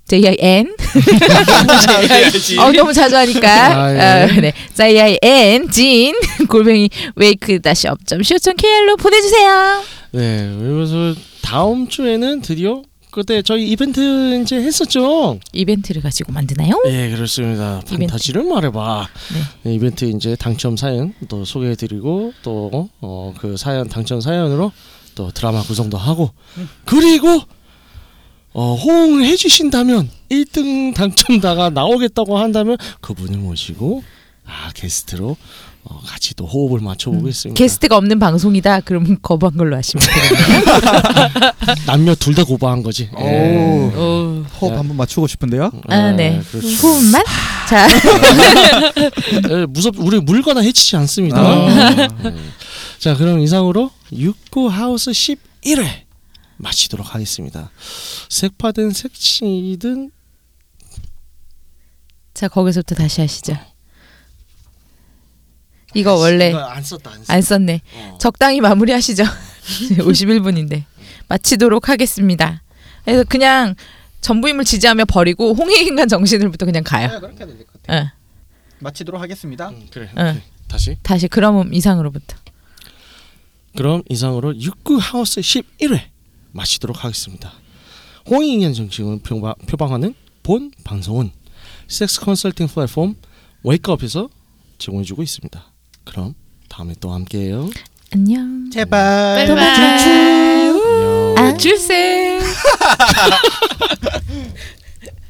S5: J-I-N.
S4: 네.
S5: 어, 너무 자주 하니까.
S6: (laughs) 아, 예.
S5: 어, 네. J-I-N, 진, 골뱅이, wake-up.co.kr로 보내주세요.
S6: 네, 그래서 다음 주에는 드디어 그때 저희 이벤트 이제 했었죠.
S5: 이벤트를 가지고 만드나요?
S6: 예, 그렇습니다. 판타지를 말해봐. 네, 이벤트 이제 당첨 사연 또 소개해드리고 또 그 사연 당첨 사연으로 또 드라마 구성도 하고
S5: 네.
S6: 그리고 어, 호응을 해주신다면 1등 당첨자가 나오겠다고 한다면 그분을 모시고 아 게스트로 어, 같이 또 호흡을 맞춰보겠습니다.
S5: 음. 게스트가 없는 방송이다. 그럼 거부한 걸로 하시면
S6: (laughs)
S5: 돼요.
S6: 남녀 둘 다 고바한 거지. 예.
S2: 어.
S4: 네. 호흡 한번 맞추고 싶은데요.
S5: 아, 네.
S6: 그렇죠.
S5: 후만 자, (laughs)
S6: 예, 무섭 우리 물거나 해치지 않습니다.
S4: (laughs) 아.
S6: 자, 그럼 이상으로 육구 하우스 11회 마치도록 하겠습니다. 색파든 색칠이든
S5: 자 거기서부터 다시 하시죠. 이거 원래
S6: 이거 안 썼다 안 썼다.
S5: 안 썼네.
S6: 아, 어.
S5: 적당히 마무리하시죠. (laughs) 51분인데 마치도록 하겠습니다. 그래서 그냥 전부임을 지지하며 버리고 홍익인간 정신으로부터 그냥 가요. 어.
S4: 그렇게 해야 될것
S6: 네.
S4: 같아.
S5: 응,
S4: 마치도록 하겠습니다.
S6: 음, 그래.
S5: 응.
S6: 오케이. 다시.
S5: 다시 그럼 이상으로부터.
S6: 그럼 이상으로 육구 하우스 11회 마치도록 하겠습니다. 홍익인간 정신을 표방, 표방하는 본 방송은 섹스 컨설팅 플랫폼 웨이크업에서 제공해주고 있습니다. 그럼 다음에 또 함께해요.
S5: 안녕. 네.
S4: 제발.
S2: 바이바이.
S6: 안녕.
S5: 아.
S2: 출생.